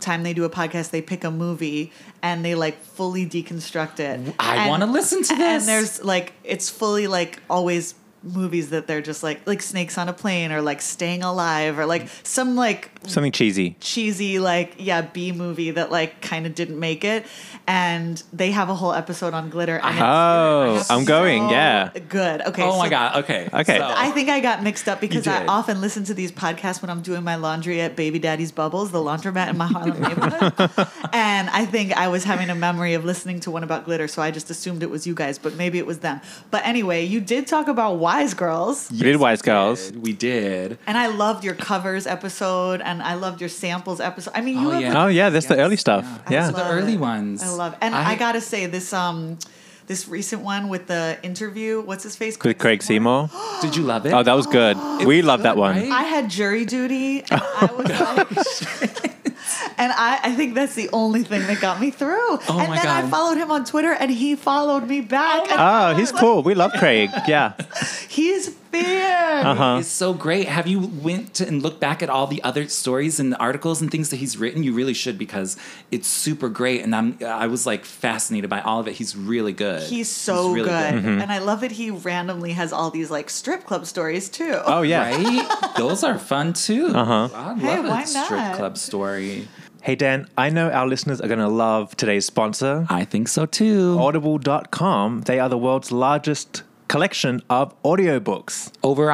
Speaker 3: time they do a podcast, they pick a movie and they like fully deconstruct it.
Speaker 2: I
Speaker 3: And-
Speaker 2: want to listen to this.
Speaker 3: And there's like it's fully like always movies that they're just like like snakes on a plane or like staying alive or like some like
Speaker 1: something cheesy.
Speaker 3: cheesy like yeah B movie that like kind of didn't make it and they have a whole episode on glitter and
Speaker 2: Uh-huh.
Speaker 1: Oh,
Speaker 3: it's
Speaker 1: I'm going.
Speaker 3: so
Speaker 1: Yeah.
Speaker 3: good okay
Speaker 2: oh my
Speaker 3: so
Speaker 2: god. Okay.
Speaker 1: Okay.
Speaker 2: So-
Speaker 3: I think I got mixed up because I
Speaker 2: Oh. did.
Speaker 3: often listen to these podcasts when I'm doing my laundry at Baby Daddy's Bubbles, the laundromat in my Harlem neighborhood. and I think I was having a memory of listening to one about glitter, so I just assumed it was you guys, but maybe it was them. But anyway, you did talk about Wise Girls.
Speaker 1: We did wise girls.
Speaker 2: We did.
Speaker 3: And I loved your covers episode, and I loved your samples episode. I mean, you
Speaker 2: Oh,
Speaker 3: have
Speaker 2: yeah.
Speaker 1: Oh yeah, that's the
Speaker 2: Yes,
Speaker 1: early stuff.
Speaker 3: I
Speaker 1: Yeah.
Speaker 3: love
Speaker 2: The early
Speaker 3: it.
Speaker 2: ones.
Speaker 3: I love, and
Speaker 2: I-
Speaker 3: I, gotta say this um, this recent one with the interview. What's his face?
Speaker 1: With Craig Seymour.
Speaker 2: Did you love it?
Speaker 1: Oh, that was good. we loved that one.
Speaker 2: right?
Speaker 3: I had jury duty, and I was like, and I, I think that's the only thing that got me through.
Speaker 2: Oh
Speaker 3: and
Speaker 2: my
Speaker 3: then I
Speaker 2: God.
Speaker 3: followed him on Twitter, and he followed me back. and
Speaker 1: Oh, he's cool. We love Craig. Yeah.
Speaker 3: he's fierce.
Speaker 1: Uh-huh.
Speaker 2: It's so great. Have you went to and looked back at all the other stories and articles and things that he's written? You really should because it's super great. And I'm I was like fascinated by all of it. He's really good.
Speaker 3: He's so
Speaker 2: really
Speaker 3: good, and I love that he randomly has all these like strip club stories too.
Speaker 1: Oh yeah.
Speaker 2: Right? Those are fun too. Uh-huh. I love
Speaker 3: Hey, why
Speaker 2: a strip
Speaker 3: not?
Speaker 2: club story.
Speaker 1: Hey Dan, I know our listeners are gonna love today's sponsor.
Speaker 2: I think so too.
Speaker 1: Audible.com. They are the world's largest collection of audiobooks.
Speaker 2: Over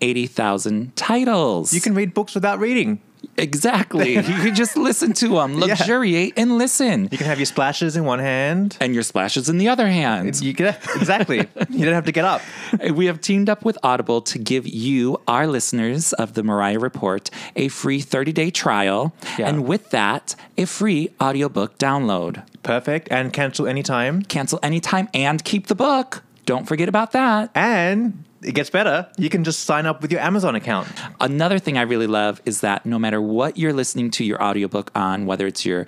Speaker 2: 180,000 titles.
Speaker 1: You can read books without reading.
Speaker 2: Exactly. you can just listen to them, luxuriate and listen.
Speaker 1: You can have your splashes in one hand.
Speaker 2: And your splashes in the other hand.
Speaker 1: You can, exactly. you don't have to get up.
Speaker 2: We have teamed up with Audible to give you, our listeners of the Mariah Report, a free 30 day trial.
Speaker 1: Yeah.
Speaker 2: And with that, a free audiobook download.
Speaker 1: Perfect. And cancel anytime.
Speaker 2: Cancel anytime and keep the book. Don't forget about that.
Speaker 1: And it gets better. You can just sign up with your Amazon account.
Speaker 2: Another thing I really love is that no matter what you're listening to your audiobook on, whether it's your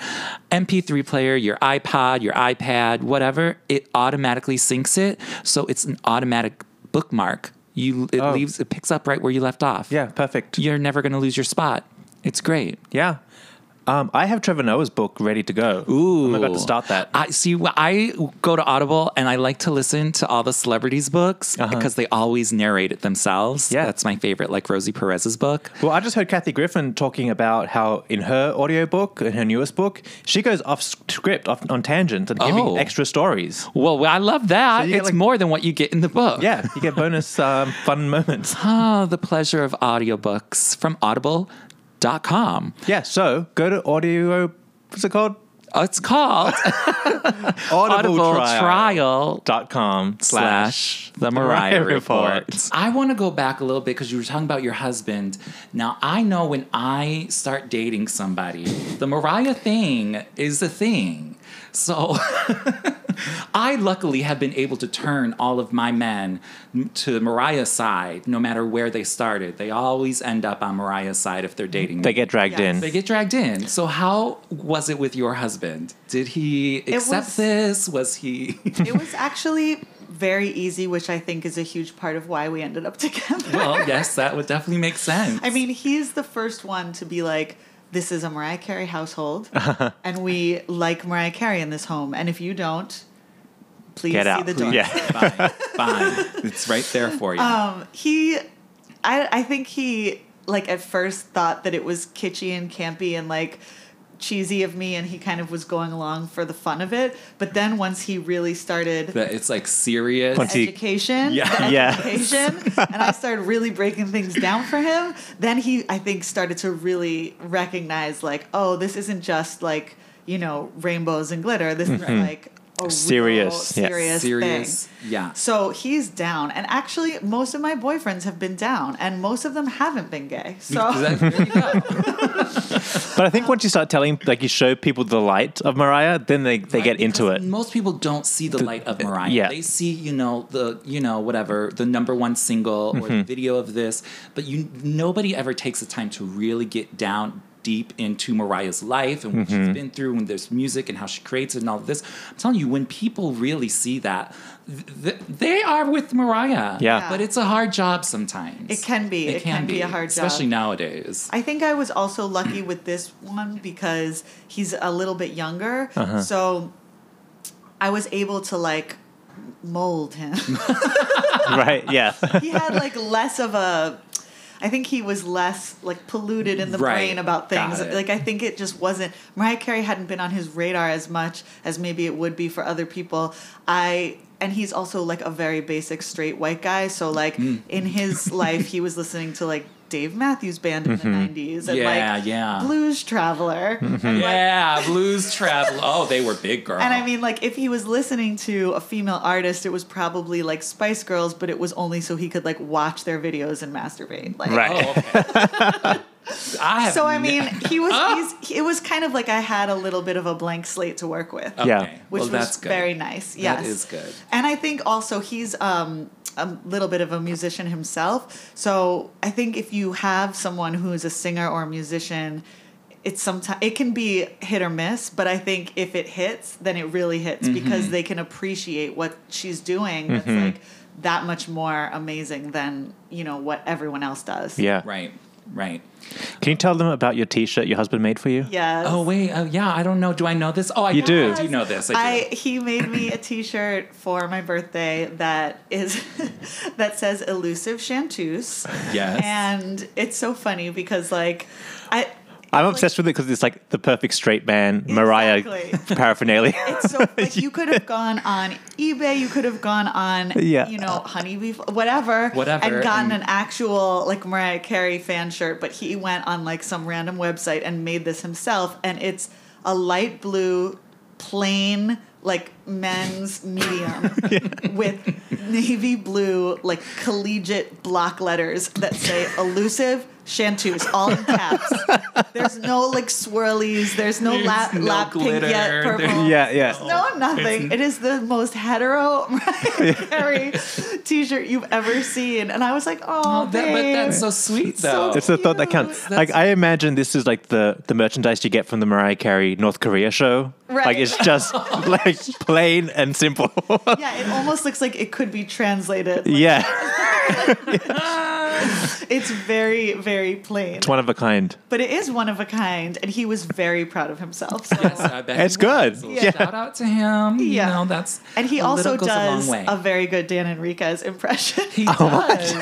Speaker 2: MP3 player, your iPod, your iPad, whatever, it automatically syncs it. So it's an automatic bookmark. You it
Speaker 1: Oh.
Speaker 2: leaves it picks up right where you left off.
Speaker 1: Yeah, perfect.
Speaker 2: you're never going to lose your spot. It's great.
Speaker 1: Yeah. Um, I have Trevor Noah's book ready to go. Ooh. I'm about to start that.
Speaker 2: I see. wh- I go to Audible and I like to listen to all the celebrities' books because they always narrate it themselves.
Speaker 1: Uh-huh. Yeah.
Speaker 2: that's my favorite, like Rosie Perez's book.
Speaker 1: well, I just heard Kathy Griffin talking about how in her audiobook, in her newest book, she goes off script, off on tangents and giving
Speaker 2: Oh.
Speaker 1: extra stories.
Speaker 2: Well, I love that.
Speaker 1: So you get,
Speaker 2: it's
Speaker 1: like-
Speaker 2: more than what you get in the book.
Speaker 1: Yeah, you get bonus um, fun moments.
Speaker 2: Oh, the pleasure of audiobooks from Audible.com.
Speaker 1: Yeah, so go to audio, what's it called?
Speaker 2: Oh, it's called
Speaker 1: Audible,
Speaker 2: Audible
Speaker 1: trial.
Speaker 2: Trial
Speaker 1: Dot com
Speaker 2: slash the Mariah,
Speaker 1: Mariah
Speaker 2: Report.
Speaker 1: Report.
Speaker 2: I want to go back a little bit because you were talking about your husband. Now I know when I start dating somebody, the Mariah thing is a thing. So I luckily have been able to turn all of my men to Mariah's side, no matter where they started. They always end up on Mariah's side if they're dating.
Speaker 1: They get dragged
Speaker 3: Yes.
Speaker 1: in.
Speaker 2: They get dragged in. So how was it with your husband? Did he accept
Speaker 3: was-
Speaker 2: this? Was he
Speaker 3: It was actually very easy, which I think is a huge part of why we ended up together.
Speaker 2: Well, yes, that would definitely make sense.
Speaker 3: I mean, he's the first one to be like, this is a Mariah Carey household, and we like Mariah Carey in this home. And if you don't, please
Speaker 1: Get
Speaker 3: see
Speaker 1: out.
Speaker 3: the door.
Speaker 1: Yeah.
Speaker 2: Fine, fine. It's right there for you.
Speaker 3: he I, I think he like at first thought that it was kitschy and campy and like cheesy of me and he kind of was going along for the fun of it but then once he really started
Speaker 2: that it's like serious.
Speaker 1: Once he-
Speaker 3: education
Speaker 1: Yeah.
Speaker 3: the
Speaker 1: Yeah.
Speaker 3: education and i started really breaking things down for him then he i think started to really recognize like oh this isn't just like you know rainbows and glitter this is like a real
Speaker 1: Serious. Yeah.
Speaker 3: serious,
Speaker 2: serious.
Speaker 3: thing
Speaker 2: Yeah.
Speaker 3: so he's down, and actually, most of my boyfriends have been down, and most of them haven't been gay.
Speaker 2: Is
Speaker 3: So
Speaker 2: that- there you go.
Speaker 1: But I think once you start telling, like you show people the light of Mariah, then they, they get
Speaker 2: Right,
Speaker 1: into
Speaker 2: because
Speaker 1: it.
Speaker 2: Most people don't see the light of Mariah.
Speaker 1: yeah.
Speaker 2: They see, you know, the you know whatever the number one single or
Speaker 1: Mm-hmm.
Speaker 2: the video of this, but you nobody ever takes the time to really get down deep into Mariah's life and what
Speaker 1: Mm-hmm.
Speaker 2: she's been through and there's music and how she creates it and all of this. I'm telling you, when people really see that, th- th- they are with Mariah.
Speaker 1: Yeah.
Speaker 2: But it's a hard job sometimes.
Speaker 3: It can be. It can be a hard job.
Speaker 2: Especially nowadays.
Speaker 3: I think I was also lucky with this one because he's a little bit younger. So I was able to like mold him.
Speaker 1: right? Yeah.
Speaker 3: he had like less of a I think he was less like polluted in the
Speaker 2: Right.
Speaker 3: brain about
Speaker 2: Got
Speaker 3: things.
Speaker 2: it.
Speaker 3: Like I think it just wasn't Mariah Carey hadn't been on his radar as much as maybe it would be for other people. I and he's also like a very basic straight white guy, so like
Speaker 2: Hmm.
Speaker 3: in his life he was listening to like Dave Matthews Band in the 90s and
Speaker 2: Mm-hmm. Yeah,
Speaker 3: like
Speaker 2: yeah. Mm-hmm.
Speaker 3: Blues Traveler. And, like,
Speaker 2: yeah, blues travel. Oh, they were big girls.
Speaker 3: and I mean, like, if he was listening to a female artist, it was probably like Spice Girls, but it was only so he could like watch their videos and masturbate. Like,
Speaker 1: Right.
Speaker 2: Oh, okay. I have
Speaker 3: So I
Speaker 2: ne-
Speaker 3: mean, he was. He's, he- it was kind of like I had a little bit of a blank slate to work with,
Speaker 1: Yeah.
Speaker 3: which
Speaker 2: well,
Speaker 3: was
Speaker 2: that's good.
Speaker 3: very nice. Yes,
Speaker 2: That is good.
Speaker 3: And I think also he's um, a little bit of a musician himself. So I think if you have someone who is a singer or a musician. It's sometimes it can be hit or miss, but I think if it hits, then it really hits
Speaker 2: Mm-hmm.
Speaker 3: because they can appreciate what she's doing. That's like that much more amazing than you know what everyone else does.
Speaker 1: Yeah.
Speaker 2: Right, right.
Speaker 1: Can you tell them about your T-shirt your husband made for you?
Speaker 3: Yes.
Speaker 2: Oh wait, oh yeah, I don't know. Do I know this? Oh, I
Speaker 1: You do.
Speaker 2: I do know this. I
Speaker 3: I
Speaker 2: do.
Speaker 3: he made me a T-shirt for my birthday that is that says "Elusive Chanteuse,"
Speaker 2: yes.
Speaker 3: and it's so funny because like I
Speaker 1: I'm obsessed with it because it's like the perfect straight man Mariah
Speaker 3: Exactly.
Speaker 1: paraphernalia.
Speaker 3: it's so like you could have gone on eBay, you could have gone on
Speaker 1: Yeah.
Speaker 3: you know Honeybee, whatever,
Speaker 2: Whatever,
Speaker 3: and gotten
Speaker 2: and-
Speaker 3: an actual like Mariah Carey fan shirt. But he went on like some random website and made this himself, and it's a light blue, plain like men's medium with navy blue like collegiate block letters that say elusive. Chanteuse, all in caps. There's no like swirlies. There's no
Speaker 2: There's
Speaker 3: lap,
Speaker 2: no
Speaker 3: lap pink
Speaker 2: glitter,
Speaker 3: yet.
Speaker 2: there's-
Speaker 3: Purple.
Speaker 1: yeah, yeah.
Speaker 3: No, nothing. It is the most hetero Mariah Carey t-shirt you've ever seen, and I was like, oh,
Speaker 2: oh, that, but that's so
Speaker 3: babe."
Speaker 2: sweet
Speaker 3: so
Speaker 2: though.
Speaker 1: It's the thought that counts.
Speaker 3: Cute.
Speaker 1: Like
Speaker 2: That's-
Speaker 1: I imagine this is like the the merchandise you get from the Mariah Carey North Korea show.
Speaker 3: Right.
Speaker 1: Like it's just like plain and simple.
Speaker 3: yeah. It almost looks like it could be translated.
Speaker 1: yeah,
Speaker 3: It's very, very plain,
Speaker 1: it's one of a kind.
Speaker 3: but it is one of a kind, and he was very proud of himself. So.
Speaker 2: Yes, I bet
Speaker 1: It's
Speaker 2: he was.
Speaker 1: good.
Speaker 2: So
Speaker 1: Yeah.
Speaker 2: Shout out to him. You
Speaker 3: Yeah.
Speaker 2: know, that's
Speaker 3: And he
Speaker 2: a little
Speaker 3: also
Speaker 2: goes
Speaker 3: does
Speaker 2: a, long way.
Speaker 3: a very good Dan Enriquez impression.
Speaker 2: he
Speaker 1: Oh
Speaker 2: does.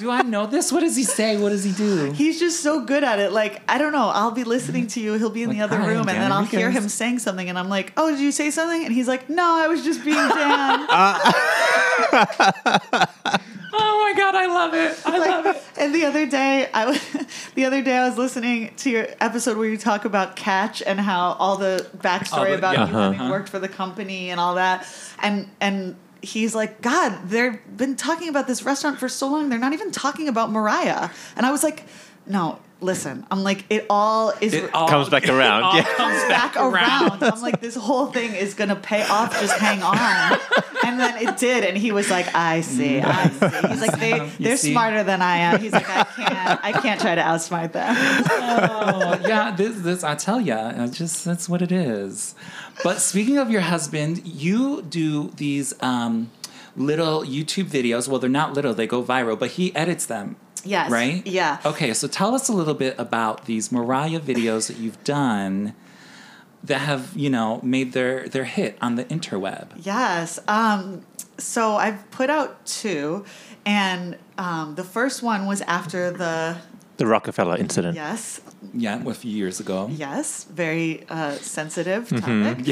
Speaker 2: do I know this? What does he say? What does he do?
Speaker 3: He's just so good at it. Like, I don't know. I'll be listening to you. He'll be in the
Speaker 2: Like,
Speaker 3: other
Speaker 2: "Hi,
Speaker 3: room,
Speaker 2: I'm
Speaker 3: and then
Speaker 2: Dan
Speaker 3: I'll hear
Speaker 2: Enriquez."
Speaker 3: him saying something, and I'm like, oh, did you say something? And he's like, no, I was just being Dan.
Speaker 2: Oh my god, I love it. I love it.
Speaker 3: and the other day, I was, the other day I was listening to your episode where you talk about Catch and how all the backstory
Speaker 2: All Oh, the-
Speaker 3: about
Speaker 2: yeah. Uh-huh.
Speaker 3: you having worked for the company and all that, and and he's like, God, they've been talking about this restaurant for so long, they're not even talking about Mariah, and I was like, No, listen, I'm like, it all is.
Speaker 2: It all
Speaker 1: Comes back around,
Speaker 2: It all
Speaker 1: yeah.
Speaker 2: comes
Speaker 3: back around. I'm like, this whole thing is gonna pay off. Just hang on. And then it did, and he was like, I see, I see. He's like, they they're
Speaker 2: see?
Speaker 3: smarter than I am. He's like, I can't, I can't try to outsmart them.
Speaker 2: Oh, yeah, this, this, I tell ya, I just that's what it is. But speaking of your husband, you do these um, little YouTube videos. Well, they're not little; they go viral. But he edits them.
Speaker 3: Yes.
Speaker 2: Right?
Speaker 3: Yeah.
Speaker 2: Okay, so tell us a little bit about these Mariah videos that you've done that have, you know, made their their hit on the interweb.
Speaker 3: Yes. Um, so I've put out two, and um, the first one was after the
Speaker 1: The Rockefeller incident.
Speaker 3: yes,
Speaker 2: Yeah, a few years ago.
Speaker 3: yes, very uh, sensitive topic,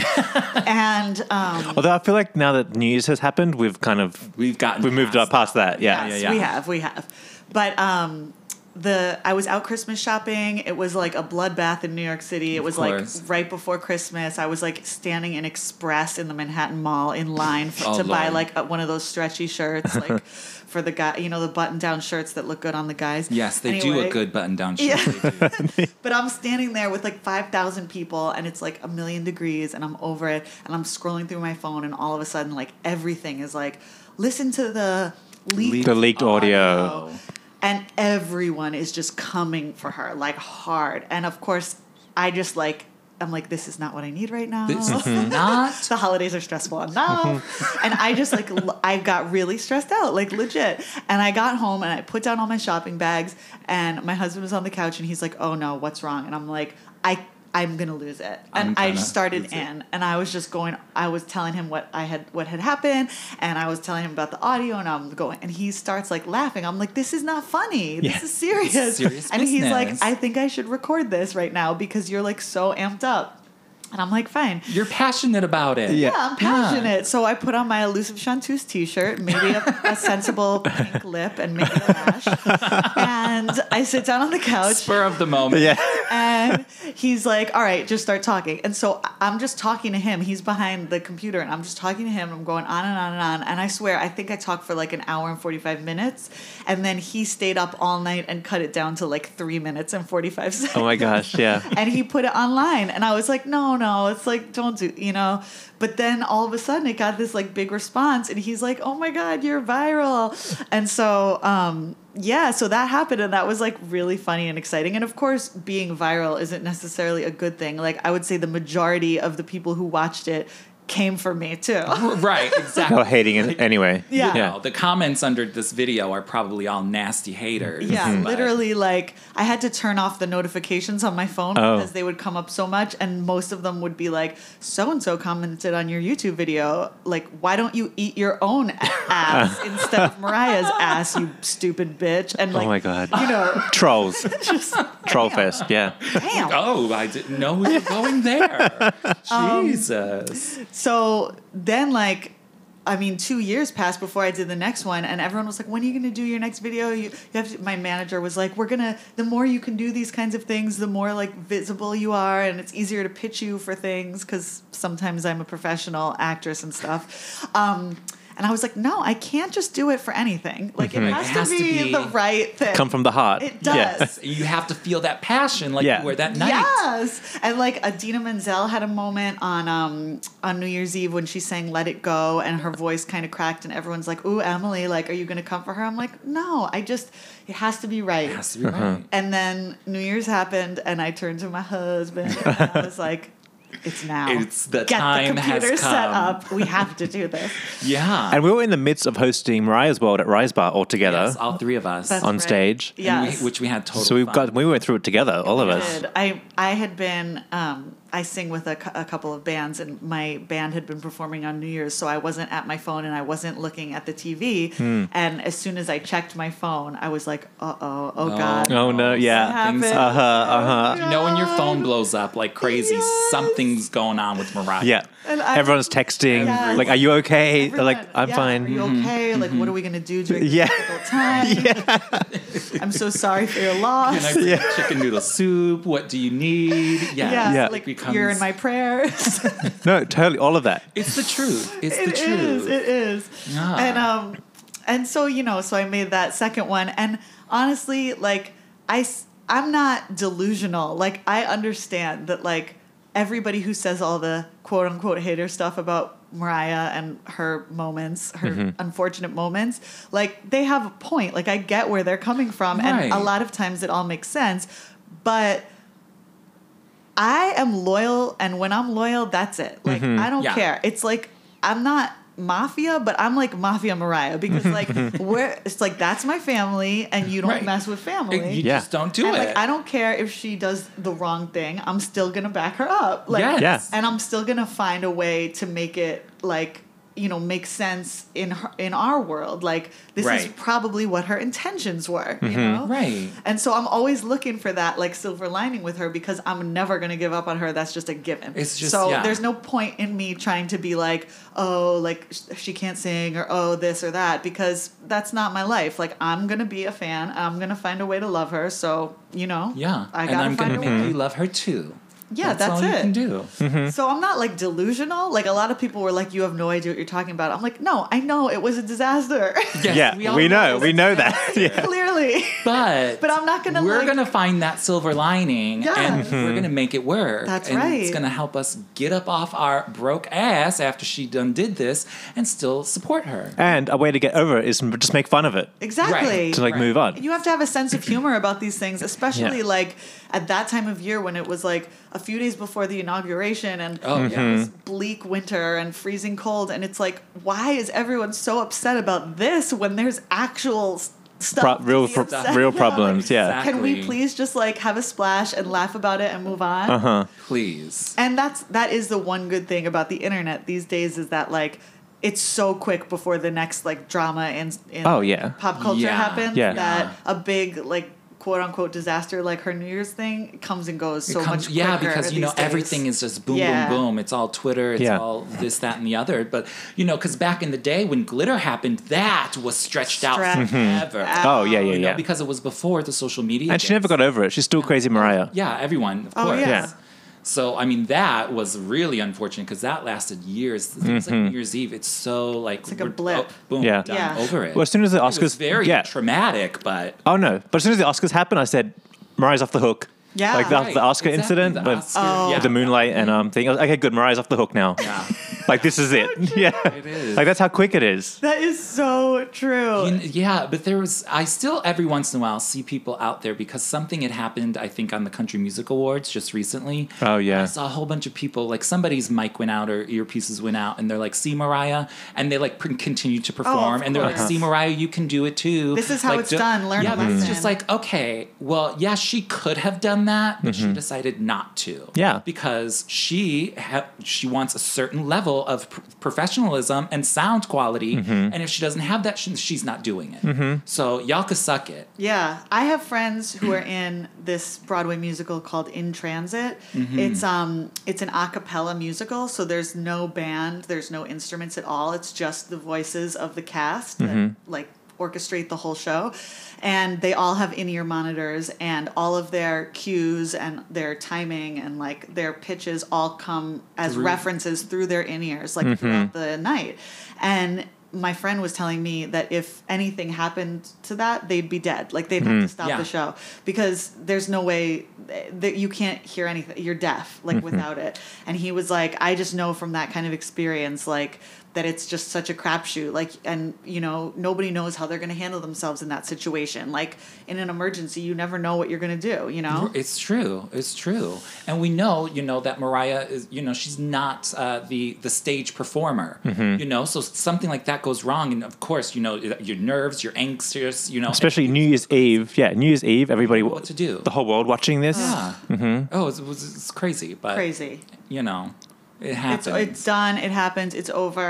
Speaker 3: and um,
Speaker 1: Although I feel like now that news has happened, we've kind of
Speaker 2: We've gotten
Speaker 1: we moved up past that. Yeah,
Speaker 3: yes,
Speaker 1: yeah, yeah.
Speaker 3: we have, we have, but um, the I was out Christmas shopping. It was like a bloodbath in New York City. It was
Speaker 2: course.
Speaker 3: like right before Christmas. I was like standing in Express in the Manhattan Mall in line f-
Speaker 2: Oh,
Speaker 3: to buy
Speaker 2: Lord.
Speaker 3: like a, one of those stretchy shirts, like. For the guy, you know, the button-down shirts that look good on the guys.
Speaker 2: Yes, they do a
Speaker 3: Anyway.
Speaker 2: good button down shirt.
Speaker 3: Yeah. but I'm standing there with like 5,000 people and it's like a million degrees and I'm over it and I'm scrolling through my phone and all of a sudden like everything is like listen to the leak
Speaker 1: The leaked audio.
Speaker 3: and everyone is just coming for her like hard and of course I just like I'm like this is not what I need right now.
Speaker 2: This is not
Speaker 3: the holidays are stressful enough. and I just like, l- I got really stressed out, like legit. And I got home and I put down all my shopping bags, and my husband was on the couch and he's like, oh no, what's wrong? And I'm like, I. I'm gonna lose it,
Speaker 2: I'm
Speaker 3: and I
Speaker 2: gonna
Speaker 3: started
Speaker 2: lose it.
Speaker 3: in, and I was just going. I was telling him what I had, what had happened, and I was telling him about the audio, and I'm going, and he starts like laughing. I'm like, "This is not funny. This is serious."
Speaker 2: serious
Speaker 3: and he's like,
Speaker 2: business.
Speaker 3: "I think I should record this right now because you're like so amped up," and I'm like, "Fine."
Speaker 2: you're passionate about it.
Speaker 1: Yeah.
Speaker 3: Yeah, I'm
Speaker 2: Yeah.
Speaker 3: passionate. So I put on my elusive chanteuse t-shirt, maybe a, a sensible pink lip and maybe a lash, and I sit down on the couch,
Speaker 2: Spur of the moment.
Speaker 1: Yeah.
Speaker 3: and he's like, "All right, just start talking." And so I- I'm just talking to him. He's behind the computer, and I'm just talking to him. I'm going on and on and on, and I swear, I think I talked for like an hour and 45 minutes, and then he stayed up all night and cut it down to like three minutes and 45 seconds
Speaker 1: Oh my gosh, yeah.
Speaker 3: and he put it online and i was like no no it's like don't do you know but then all of a sudden it got this like big response and he's like oh my god you're viral and so um yeah so that happened and that was like really funny and exciting and of course being viral isn't necessarily a good thing like i would say the majority of the people who watched it came for me too
Speaker 2: Right, exactly.
Speaker 1: Oh, hating it anyway.
Speaker 3: Yeah.
Speaker 2: No, the comments under this video are probably all nasty haters.
Speaker 3: Yeah,
Speaker 1: Mm-hmm.
Speaker 2: but-
Speaker 3: literally, like I had to turn off the notifications on my phone
Speaker 1: Oh.
Speaker 3: because they would come up so much, and most of them would be like, "So and so commented on your YouTube video. Like, why don't you eat your own ass instead of Mariah's ass, you stupid bitch?" And like,
Speaker 1: Oh my god.
Speaker 3: you know,
Speaker 1: Trolls.
Speaker 3: just
Speaker 1: Troll fest, yeah.
Speaker 3: damn.
Speaker 2: Oh, I didn't know we were going there.
Speaker 1: Um,
Speaker 2: Jesus.
Speaker 3: So then, like, I mean, two years passed before I did the next one, and everyone was like, "When are you going to do your next video?" You, you have to. My manager was like, "We're gonna. The more you can do these kinds of things, the more like visible you are, and it's easier to pitch you for things because sometimes I'm a professional actress and stuff." Um, and I was like, "No, I can't just do it for anything. Like,
Speaker 1: Mm-hmm.
Speaker 3: it, has
Speaker 2: has to
Speaker 3: to, be
Speaker 2: be-
Speaker 3: the right thing.
Speaker 1: Come from the heart.
Speaker 3: It
Speaker 1: Yeah.
Speaker 3: does.
Speaker 2: You have to feel that passion like
Speaker 1: Yeah.
Speaker 2: you were that night.
Speaker 3: Yes, and like Adina Menzel had a moment on um on New Year's Eve when she sang "Let It Go" and her voice kind of cracked, and everyone's like, "Ooh, Emily, like, are you gonna come for her?" I'm like, "No, I just it has to be right."
Speaker 2: It has to be
Speaker 1: Uh-huh.
Speaker 2: right.
Speaker 3: And then New Year's happened, and I turned to my husband, and I was like. It's now.
Speaker 2: It's the
Speaker 3: Get
Speaker 2: time
Speaker 3: the
Speaker 2: has
Speaker 3: computer set
Speaker 2: come."
Speaker 3: up. We have to do this.
Speaker 2: Yeah.
Speaker 1: And we were in the midst of hosting Mariah's World at Rise Bar all together
Speaker 2: Yes, all three of us.
Speaker 3: That's
Speaker 1: on
Speaker 3: right.
Speaker 1: stage.
Speaker 2: And
Speaker 3: Yes.
Speaker 2: we- which we had total
Speaker 1: uh, So we've
Speaker 2: fun.
Speaker 1: got we went through it together, all of us.
Speaker 3: did. I I had been um, I sing with a, cou- a couple of bands, and my band had been performing on New Year's, so I wasn't at my phone and I wasn't looking at the TV.
Speaker 1: Hmm.
Speaker 3: And as soon as I checked my phone, I was like, "Uh oh, oh god,
Speaker 1: Oh no, yeah.
Speaker 3: happened. Oh
Speaker 2: things-
Speaker 1: Uh huh, uh huh.
Speaker 2: You know when your phone blows up like crazy,
Speaker 3: Yes.
Speaker 2: something's going on with Mariah.
Speaker 1: Yeah.
Speaker 3: And I-
Speaker 1: Everyone's texting.
Speaker 3: Yes.
Speaker 1: Like, are you okay? They're
Speaker 3: Everyone,
Speaker 1: like, I'm
Speaker 3: yeah, Are
Speaker 1: fine.
Speaker 3: you
Speaker 2: Mm-hmm.
Speaker 3: okay? Like, what are we gonna do during
Speaker 1: Yeah.
Speaker 3: this difficult time? I'm so sorry for your loss.
Speaker 2: Can I bring chicken noodle soup? What do you need? Yeah.
Speaker 3: yeah,
Speaker 1: Yeah.
Speaker 3: like
Speaker 2: Becomes-
Speaker 3: you're in my prayers.
Speaker 1: No, totally all of that.
Speaker 2: It's the truth. It's
Speaker 3: It
Speaker 2: the
Speaker 3: is.
Speaker 2: truth.
Speaker 3: It is.
Speaker 2: Yeah.
Speaker 3: And um, and so you know, so I made that second one, and honestly, like I, s- I'm not delusional. Like I understand that, like everybody who says all the quote unquote hater stuff about Mariah and her moments, her
Speaker 2: Mm-hmm.
Speaker 3: unfortunate moments, like they have a point. Like I get where they're coming from, and a
Speaker 2: Right.
Speaker 3: lot of times it all makes sense, but. I am loyal, and when I'm loyal, that's it. Like I don't
Speaker 2: Yeah.
Speaker 3: care. It's like I'm not mafia, but I'm like mafia Mariah because like where it's like that's my family and you don't
Speaker 2: Right.
Speaker 3: mess with family.
Speaker 2: You
Speaker 1: Yeah.
Speaker 2: just don't do
Speaker 3: Oh, eh? and
Speaker 2: it.
Speaker 3: like I don't care if she does the wrong thing, I'm still gonna back her up.
Speaker 2: Yes.
Speaker 3: Like
Speaker 1: Yeah.
Speaker 3: and I'm still gonna find a way to make it like you know make sense in her, in our world. Like this is
Speaker 2: Right. Mm-hmm.
Speaker 3: probably what her intentions were. You know,
Speaker 2: Right.
Speaker 3: And so I'm always looking for that like silver lining with her because I'm never gonna give up on her. That's just a given.
Speaker 2: It's just-
Speaker 3: so
Speaker 2: yeah.
Speaker 3: there's no point in me trying to be like oh like sh- she can't sing or oh this or that because that's not my life. Like I'm gonna be a fan. I'm gonna find a way to love her. So you know,
Speaker 2: yeah.
Speaker 3: I
Speaker 2: and
Speaker 3: gotta
Speaker 2: I'm
Speaker 3: find
Speaker 2: gonna
Speaker 3: a
Speaker 2: make
Speaker 3: way.
Speaker 2: you love her too.
Speaker 3: Yeah,
Speaker 2: all
Speaker 3: that's
Speaker 2: you
Speaker 3: it.
Speaker 2: can do.
Speaker 1: Mm-hmm.
Speaker 3: So I'm not like delusional. Like a lot of people were like, "You have no idea what you're talking about." I'm like, "No, I know it was a disaster,
Speaker 1: yeah, we,
Speaker 2: all
Speaker 1: know,
Speaker 2: this.
Speaker 1: we know that. yeah.
Speaker 3: clearly."
Speaker 2: But
Speaker 3: But I'm not gonna,
Speaker 2: We're
Speaker 3: like-
Speaker 2: gonna find that silver lining,
Speaker 3: Yeah.
Speaker 2: and we're gonna make it work.
Speaker 3: That's
Speaker 2: and It's
Speaker 3: right.
Speaker 2: gonna help us get up off our broke ass after she done did this, and still support her.
Speaker 1: And a way to get over it is m- just make fun of it
Speaker 3: exactly.
Speaker 2: Right.
Speaker 1: to like
Speaker 2: Right.
Speaker 1: move on.
Speaker 3: You have to have a sense of humor about these things, especially
Speaker 1: Yeah.
Speaker 3: like at that time of year when it was like a few days before the inauguration and
Speaker 2: Oh,
Speaker 3: it
Speaker 2: yeah.
Speaker 3: was
Speaker 1: Mm-hmm.
Speaker 3: bleak winter and freezing cold. And it's like, why is everyone so upset about this when there's actual s-
Speaker 1: Pro-
Speaker 3: stuff? to
Speaker 1: real,
Speaker 3: be
Speaker 1: pro-
Speaker 3: upset
Speaker 1: real
Speaker 3: about?
Speaker 1: problems. Yeah.
Speaker 2: Exactly.
Speaker 3: Can we please just like have a splash and laugh about it and move on?
Speaker 1: Uh-huh.
Speaker 2: Please.
Speaker 3: And that's that is the one good thing about the internet these days is that like it's so quick before the next like drama in, in
Speaker 1: Oh, yeah.
Speaker 3: pop culture
Speaker 2: Yeah.
Speaker 3: happens
Speaker 1: Yeah.
Speaker 3: that a big like quote unquote disaster like her New Year's thing comes and goes so
Speaker 2: comes-
Speaker 3: much quicker.
Speaker 2: yeah because you know
Speaker 3: these days.
Speaker 2: everything is just boom
Speaker 3: Yeah.
Speaker 2: boom boom it's all twitter it's
Speaker 1: Yeah.
Speaker 2: all this that and the other but you know because back in the day when glitter happened that was stretched out
Speaker 3: Stretched
Speaker 2: forever
Speaker 3: out.
Speaker 1: Oh, yeah, yeah,
Speaker 2: you know,
Speaker 1: yeah.
Speaker 2: because it was before the social media
Speaker 1: And she never
Speaker 2: days.
Speaker 1: got over it. She's still crazy Mariah.
Speaker 2: yeah everyone of
Speaker 3: Oh,
Speaker 2: course
Speaker 3: yeah.
Speaker 1: Yeah.
Speaker 2: so i mean that was really unfortunate because that lasted years It was like new year's eve it's so like it's
Speaker 3: like a blip.
Speaker 2: boom
Speaker 1: Mm-hmm. Yeah.
Speaker 2: done,
Speaker 3: Yeah.
Speaker 2: over it
Speaker 1: Well, as soon as the
Speaker 2: it was
Speaker 1: Oscars,
Speaker 2: very
Speaker 1: yeah.
Speaker 2: traumatic but
Speaker 1: oh no! But as soon as the Oscars happened, I said Mariah's off the hook.
Speaker 3: Yeah.
Speaker 1: like the,
Speaker 3: Right,
Speaker 1: the Oscar
Speaker 2: exactly,
Speaker 1: incident
Speaker 2: the
Speaker 1: with
Speaker 2: Oscar,
Speaker 3: Oh.
Speaker 2: yeah.
Speaker 1: the moonlight and um thing. I was like, okay, good. Mariah's off the hook now.
Speaker 2: yeah.
Speaker 1: like this is it. yeah, it
Speaker 2: is.
Speaker 1: Like that's how quick it is.
Speaker 3: that is so true.
Speaker 2: You kn- yeah, but there was. I still every once in a while see people out there because something had happened. I think on the Country Music Awards just recently.
Speaker 1: Oh, yeah.
Speaker 2: I saw a whole bunch of people like somebody's mic went out or earpieces went out, and they're like, "See Mariah," and they like pr- continue to perform, and they're like,
Speaker 3: Oh, course.
Speaker 2: "See Mariah, you can do it too."
Speaker 3: This is how
Speaker 2: Like,
Speaker 3: it's
Speaker 2: do-
Speaker 3: done. Learn
Speaker 2: yeah,
Speaker 3: a
Speaker 2: but it's
Speaker 3: lesson.
Speaker 2: just like okay, well, yeah, she could have done that, but she decided not to.
Speaker 1: Mm-hmm. Yeah.
Speaker 2: because she ha- she wants a certain level of pr- professionalism and sound quality,
Speaker 1: Mm-hmm.
Speaker 2: and if she doesn't have that, she- she's not doing it. So y'all could suck it.
Speaker 3: Yeah, I have friends who are in this Broadway musical called In Transit. It's um it's an a cappella musical, so there's no band, there's no instruments at all. It's just the voices of the cast that like orchestrate the whole show. And they all have in-ear monitors and all of their cues and their timing and like their pitches all come as
Speaker 2: Through-
Speaker 3: references through their in-ears like throughout the night. And my friend was telling me that if anything happened to that, they'd be dead. Like they'd have to stop
Speaker 2: Yeah.
Speaker 3: the show because there's no way that you can't hear anything. You're deaf, like without it. And he was like, I just know from that kind of experience, like that it's just such a crapshoot. Like, and you know, nobody knows how they're going to handle themselves in that situation. Like in an emergency, you never know what you're going to do. You
Speaker 1: Oh.
Speaker 3: know?
Speaker 2: It's true. It's true. And we know, you know, that Mariah is, you know, she's not uh, the the stage performer.
Speaker 1: Mm-hmm.
Speaker 2: You know, so something like that goes wrong, and of course, you know, your nerves, you're anxious. You know,
Speaker 1: Especially New Year's Eve. Yeah, New Year's Eve. Everybody,
Speaker 2: what to do.
Speaker 1: the whole world watching this.
Speaker 2: yeah. Oh, it was it's crazy, but
Speaker 3: Crazy.
Speaker 2: You know, it
Speaker 3: it's
Speaker 2: happens.
Speaker 3: it's done it happens it's over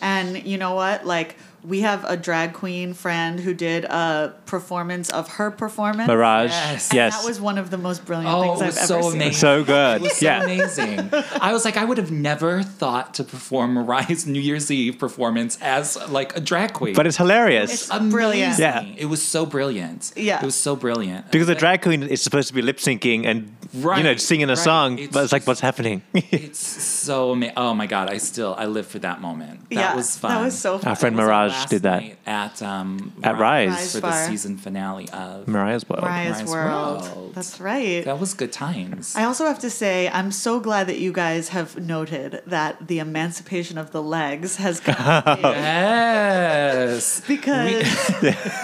Speaker 3: and you know what like we have a drag queen friend who did a performance of her performance
Speaker 1: Mirage.
Speaker 2: Yes.
Speaker 1: Yes,
Speaker 2: And
Speaker 3: that was one of the most brilliant
Speaker 2: Oh,
Speaker 3: things
Speaker 2: it
Speaker 3: i've
Speaker 2: was
Speaker 3: ever
Speaker 2: so
Speaker 3: seen
Speaker 2: amazing.
Speaker 1: so good.
Speaker 2: It was so
Speaker 1: yeah,
Speaker 2: amazing. I was like, I would have never thought to perform Mariah's New Year's Eve performance as like a drag queen.
Speaker 1: but it's hilarious.
Speaker 3: It's-
Speaker 2: amazing.
Speaker 3: Brilliant.
Speaker 1: Yeah.
Speaker 2: It was so brilliant.
Speaker 3: Yeah.
Speaker 2: It was so brilliant.
Speaker 1: because the drag queen is supposed to be lip syncing and you know
Speaker 2: Right,
Speaker 1: singing a
Speaker 2: right.
Speaker 1: song,
Speaker 2: It's
Speaker 1: but it's like
Speaker 2: just-
Speaker 1: what's happening?
Speaker 2: It's so amazing. Oh my God. I still, I live for that moment. That
Speaker 3: yeah
Speaker 2: was fun.
Speaker 3: that was so fun
Speaker 1: Our friend Mirage Minaj
Speaker 2: last
Speaker 1: did that.
Speaker 2: night at um,
Speaker 1: At Rise.
Speaker 3: Rise
Speaker 2: for the
Speaker 3: Bar.
Speaker 2: season finale of.
Speaker 1: Mariah's World.
Speaker 3: Mariah's
Speaker 2: Mariah's
Speaker 3: World.
Speaker 2: World.
Speaker 3: That's right.
Speaker 2: That was good times.
Speaker 3: I also have to say, I'm so glad that you guys have noted that the emancipation of the legs has come.
Speaker 1: Oh.
Speaker 3: here.
Speaker 2: yes.
Speaker 3: Because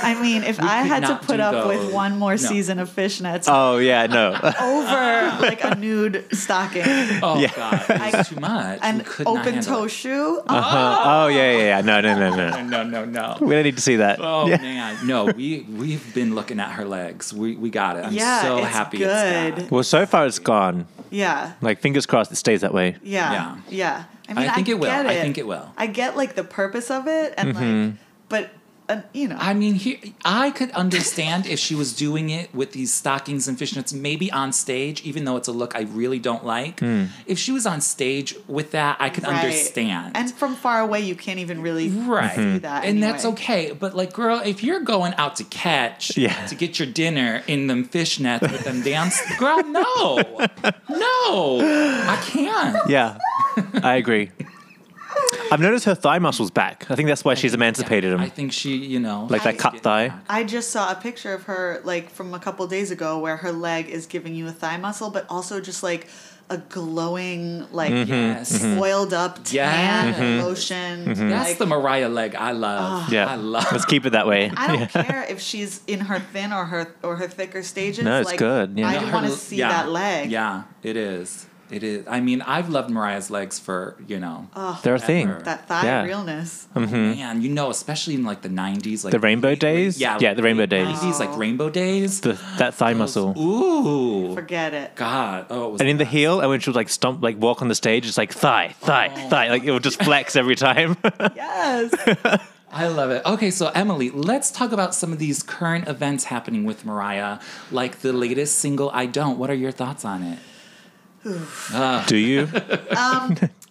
Speaker 3: I mean, if I
Speaker 2: could
Speaker 3: had to
Speaker 2: not
Speaker 3: put
Speaker 2: do
Speaker 3: up
Speaker 2: those.
Speaker 3: with one more
Speaker 2: No.
Speaker 3: season of fishnets
Speaker 1: Oh yeah, no.
Speaker 3: over like a nude stocking
Speaker 2: Oh God, it was too much.
Speaker 3: and
Speaker 2: we could not
Speaker 3: open
Speaker 2: handle
Speaker 3: toe
Speaker 2: it.
Speaker 3: shoe,
Speaker 1: oh yeah, yeah, yeah. No, no, no, no.
Speaker 2: No, no, no.
Speaker 1: We don't need to see that.
Speaker 2: Oh
Speaker 1: yeah.
Speaker 2: man, no. We we've been looking at her legs. We we got it. I'm
Speaker 3: Oh, Yeah,
Speaker 2: so
Speaker 3: it's
Speaker 2: happy.
Speaker 3: good.
Speaker 2: It's back.
Speaker 1: Well, so far it's gone.
Speaker 3: yeah,
Speaker 1: Like fingers crossed, it stays that way.
Speaker 3: yeah,
Speaker 2: Yeah.
Speaker 3: yeah, I
Speaker 2: I think it will.
Speaker 3: get
Speaker 2: I think it will.
Speaker 3: I get like the purpose of it, and like, but uh, you know,
Speaker 2: I mean, he, I could understand if she was doing it with these stockings and fishnets, maybe on stage, even though it's a look I really don't like.
Speaker 1: Hmm.
Speaker 2: If she was on stage with that, I could
Speaker 3: Right.
Speaker 2: understand.
Speaker 3: And from far away, you can't even really
Speaker 2: right
Speaker 1: Mm-hmm.
Speaker 3: see that,
Speaker 2: and that's
Speaker 3: anyway.
Speaker 2: okay but like girl if you're going out to catch
Speaker 1: Yeah.
Speaker 2: to get your dinner in them fishnets with them dance girl no no i can't
Speaker 1: Yeah, I agree. I've noticed her thigh muscles back. I think that's why she's emancipated
Speaker 2: i
Speaker 1: him.
Speaker 2: think she you know
Speaker 1: Like that
Speaker 2: she's
Speaker 1: cut
Speaker 2: getting
Speaker 1: thigh.
Speaker 2: back.
Speaker 3: I just saw a picture of her like from a couple days ago where her leg is giving you a thigh muscle, but also just like a glowing, like
Speaker 1: Hmm. Mm-hmm.
Speaker 2: Yes.
Speaker 3: oiled up tan lotion.
Speaker 2: that's
Speaker 3: like,
Speaker 2: the mariah leg i
Speaker 3: Ah.
Speaker 2: love
Speaker 1: Yeah,
Speaker 2: i love
Speaker 1: let's keep it that way.
Speaker 3: I don't care if she's in her thin or her or her thicker stages.
Speaker 1: No, it's
Speaker 3: like,
Speaker 1: good, yeah.
Speaker 3: I
Speaker 1: No,
Speaker 2: Her
Speaker 3: want to
Speaker 2: l-
Speaker 3: see
Speaker 2: yeah.
Speaker 3: that leg.
Speaker 2: yeah it is it is i mean i've loved mariah's legs for you know
Speaker 3: Oh.
Speaker 1: They're a thing.
Speaker 2: Ever.
Speaker 3: That thigh
Speaker 1: Yeah.
Speaker 3: realness.
Speaker 2: man you know especially in like the 90s like
Speaker 1: The rainbow days.
Speaker 2: yeah
Speaker 1: yeah, the rainbow
Speaker 2: late
Speaker 1: days.
Speaker 2: 90s
Speaker 3: Oh.
Speaker 2: like rainbow days
Speaker 1: The, that thigh muscle.
Speaker 2: ooh
Speaker 3: Forget it.
Speaker 2: god oh it was
Speaker 1: And in the heel, and when she would like stomp, like walk on the stage, it's like thigh, thigh, thigh. Like it would just flex every time.
Speaker 3: Yes.
Speaker 2: I love it. Okay, so Emily, let's talk about some of these current events happening with Mariah, like the latest single, I Don't. What are your thoughts on it?
Speaker 1: do you?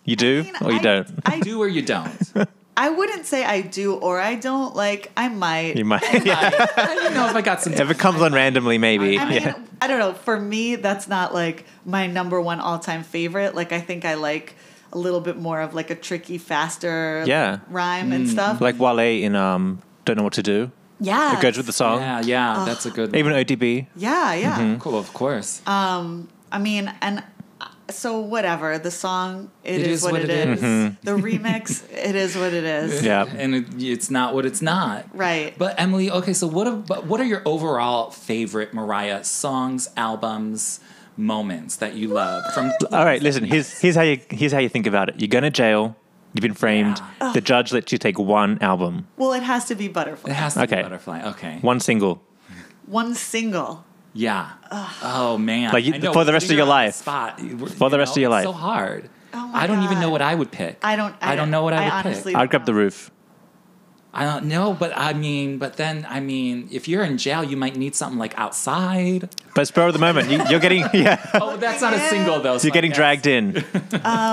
Speaker 1: you do or you
Speaker 3: I-
Speaker 1: don't?
Speaker 3: I
Speaker 2: Do or you don't?
Speaker 3: I wouldn't say I do or I don't. Like I might.
Speaker 1: You might. Yeah.
Speaker 2: I don't know if I got some.
Speaker 1: If it comes on randomly, maybe.
Speaker 3: I mean,
Speaker 1: yeah.
Speaker 3: I don't know. For me, that's not like my number one all time favorite. Like I think I like a little bit more of like a tricky, faster
Speaker 1: Yeah.
Speaker 3: rhyme and stuff.
Speaker 1: Like Wale in um, Don't Know What to Do.
Speaker 3: yeah,
Speaker 1: It goes with the song.
Speaker 2: yeah, yeah, that's a good
Speaker 1: Even ODB.
Speaker 3: yeah, yeah.
Speaker 1: Mm-hmm.
Speaker 2: one. Cool, of course.
Speaker 3: Um, I mean, and uh, so whatever the song, it is, what, it is. The remix, it is what it is.
Speaker 1: Mm-hmm. Yeah.
Speaker 2: and it, it's not what it's not.
Speaker 3: Right.
Speaker 2: But Emily, okay, so what ab- but what are your overall favorite Mariah songs, albums, moments that you love from
Speaker 1: All right. Listen. Here's here's how you here's how you think about it. You're going to jail. You've been framed. The judge lets you take one album,
Speaker 3: Well, it has to be Butterfly.
Speaker 2: It has to be
Speaker 1: Okay.
Speaker 2: Butterfly. Okay.
Speaker 1: one single.
Speaker 3: One single.
Speaker 2: Yeah. Oh man.
Speaker 1: Like, you-
Speaker 2: I know,
Speaker 1: for the
Speaker 2: putting
Speaker 1: rest of
Speaker 2: her
Speaker 1: your
Speaker 2: on the
Speaker 1: life.
Speaker 2: Spot,
Speaker 1: For the rest of your
Speaker 2: it's
Speaker 1: life.
Speaker 2: So hard.
Speaker 3: Oh, my
Speaker 2: I don't even know
Speaker 3: God.
Speaker 2: what I would pick.
Speaker 3: I don't.
Speaker 2: I, don't know what I, would
Speaker 3: honestly.
Speaker 2: pick.
Speaker 1: I'd grab the roof.
Speaker 2: I don't know, but I mean, but then I mean, if you're in jail, you might need something like outside.
Speaker 1: But it's spur of the moment. You, you're getting yeah.
Speaker 2: Oh, that's not a single though. so
Speaker 1: You're
Speaker 2: I
Speaker 1: getting
Speaker 2: guess-
Speaker 1: dragged in. you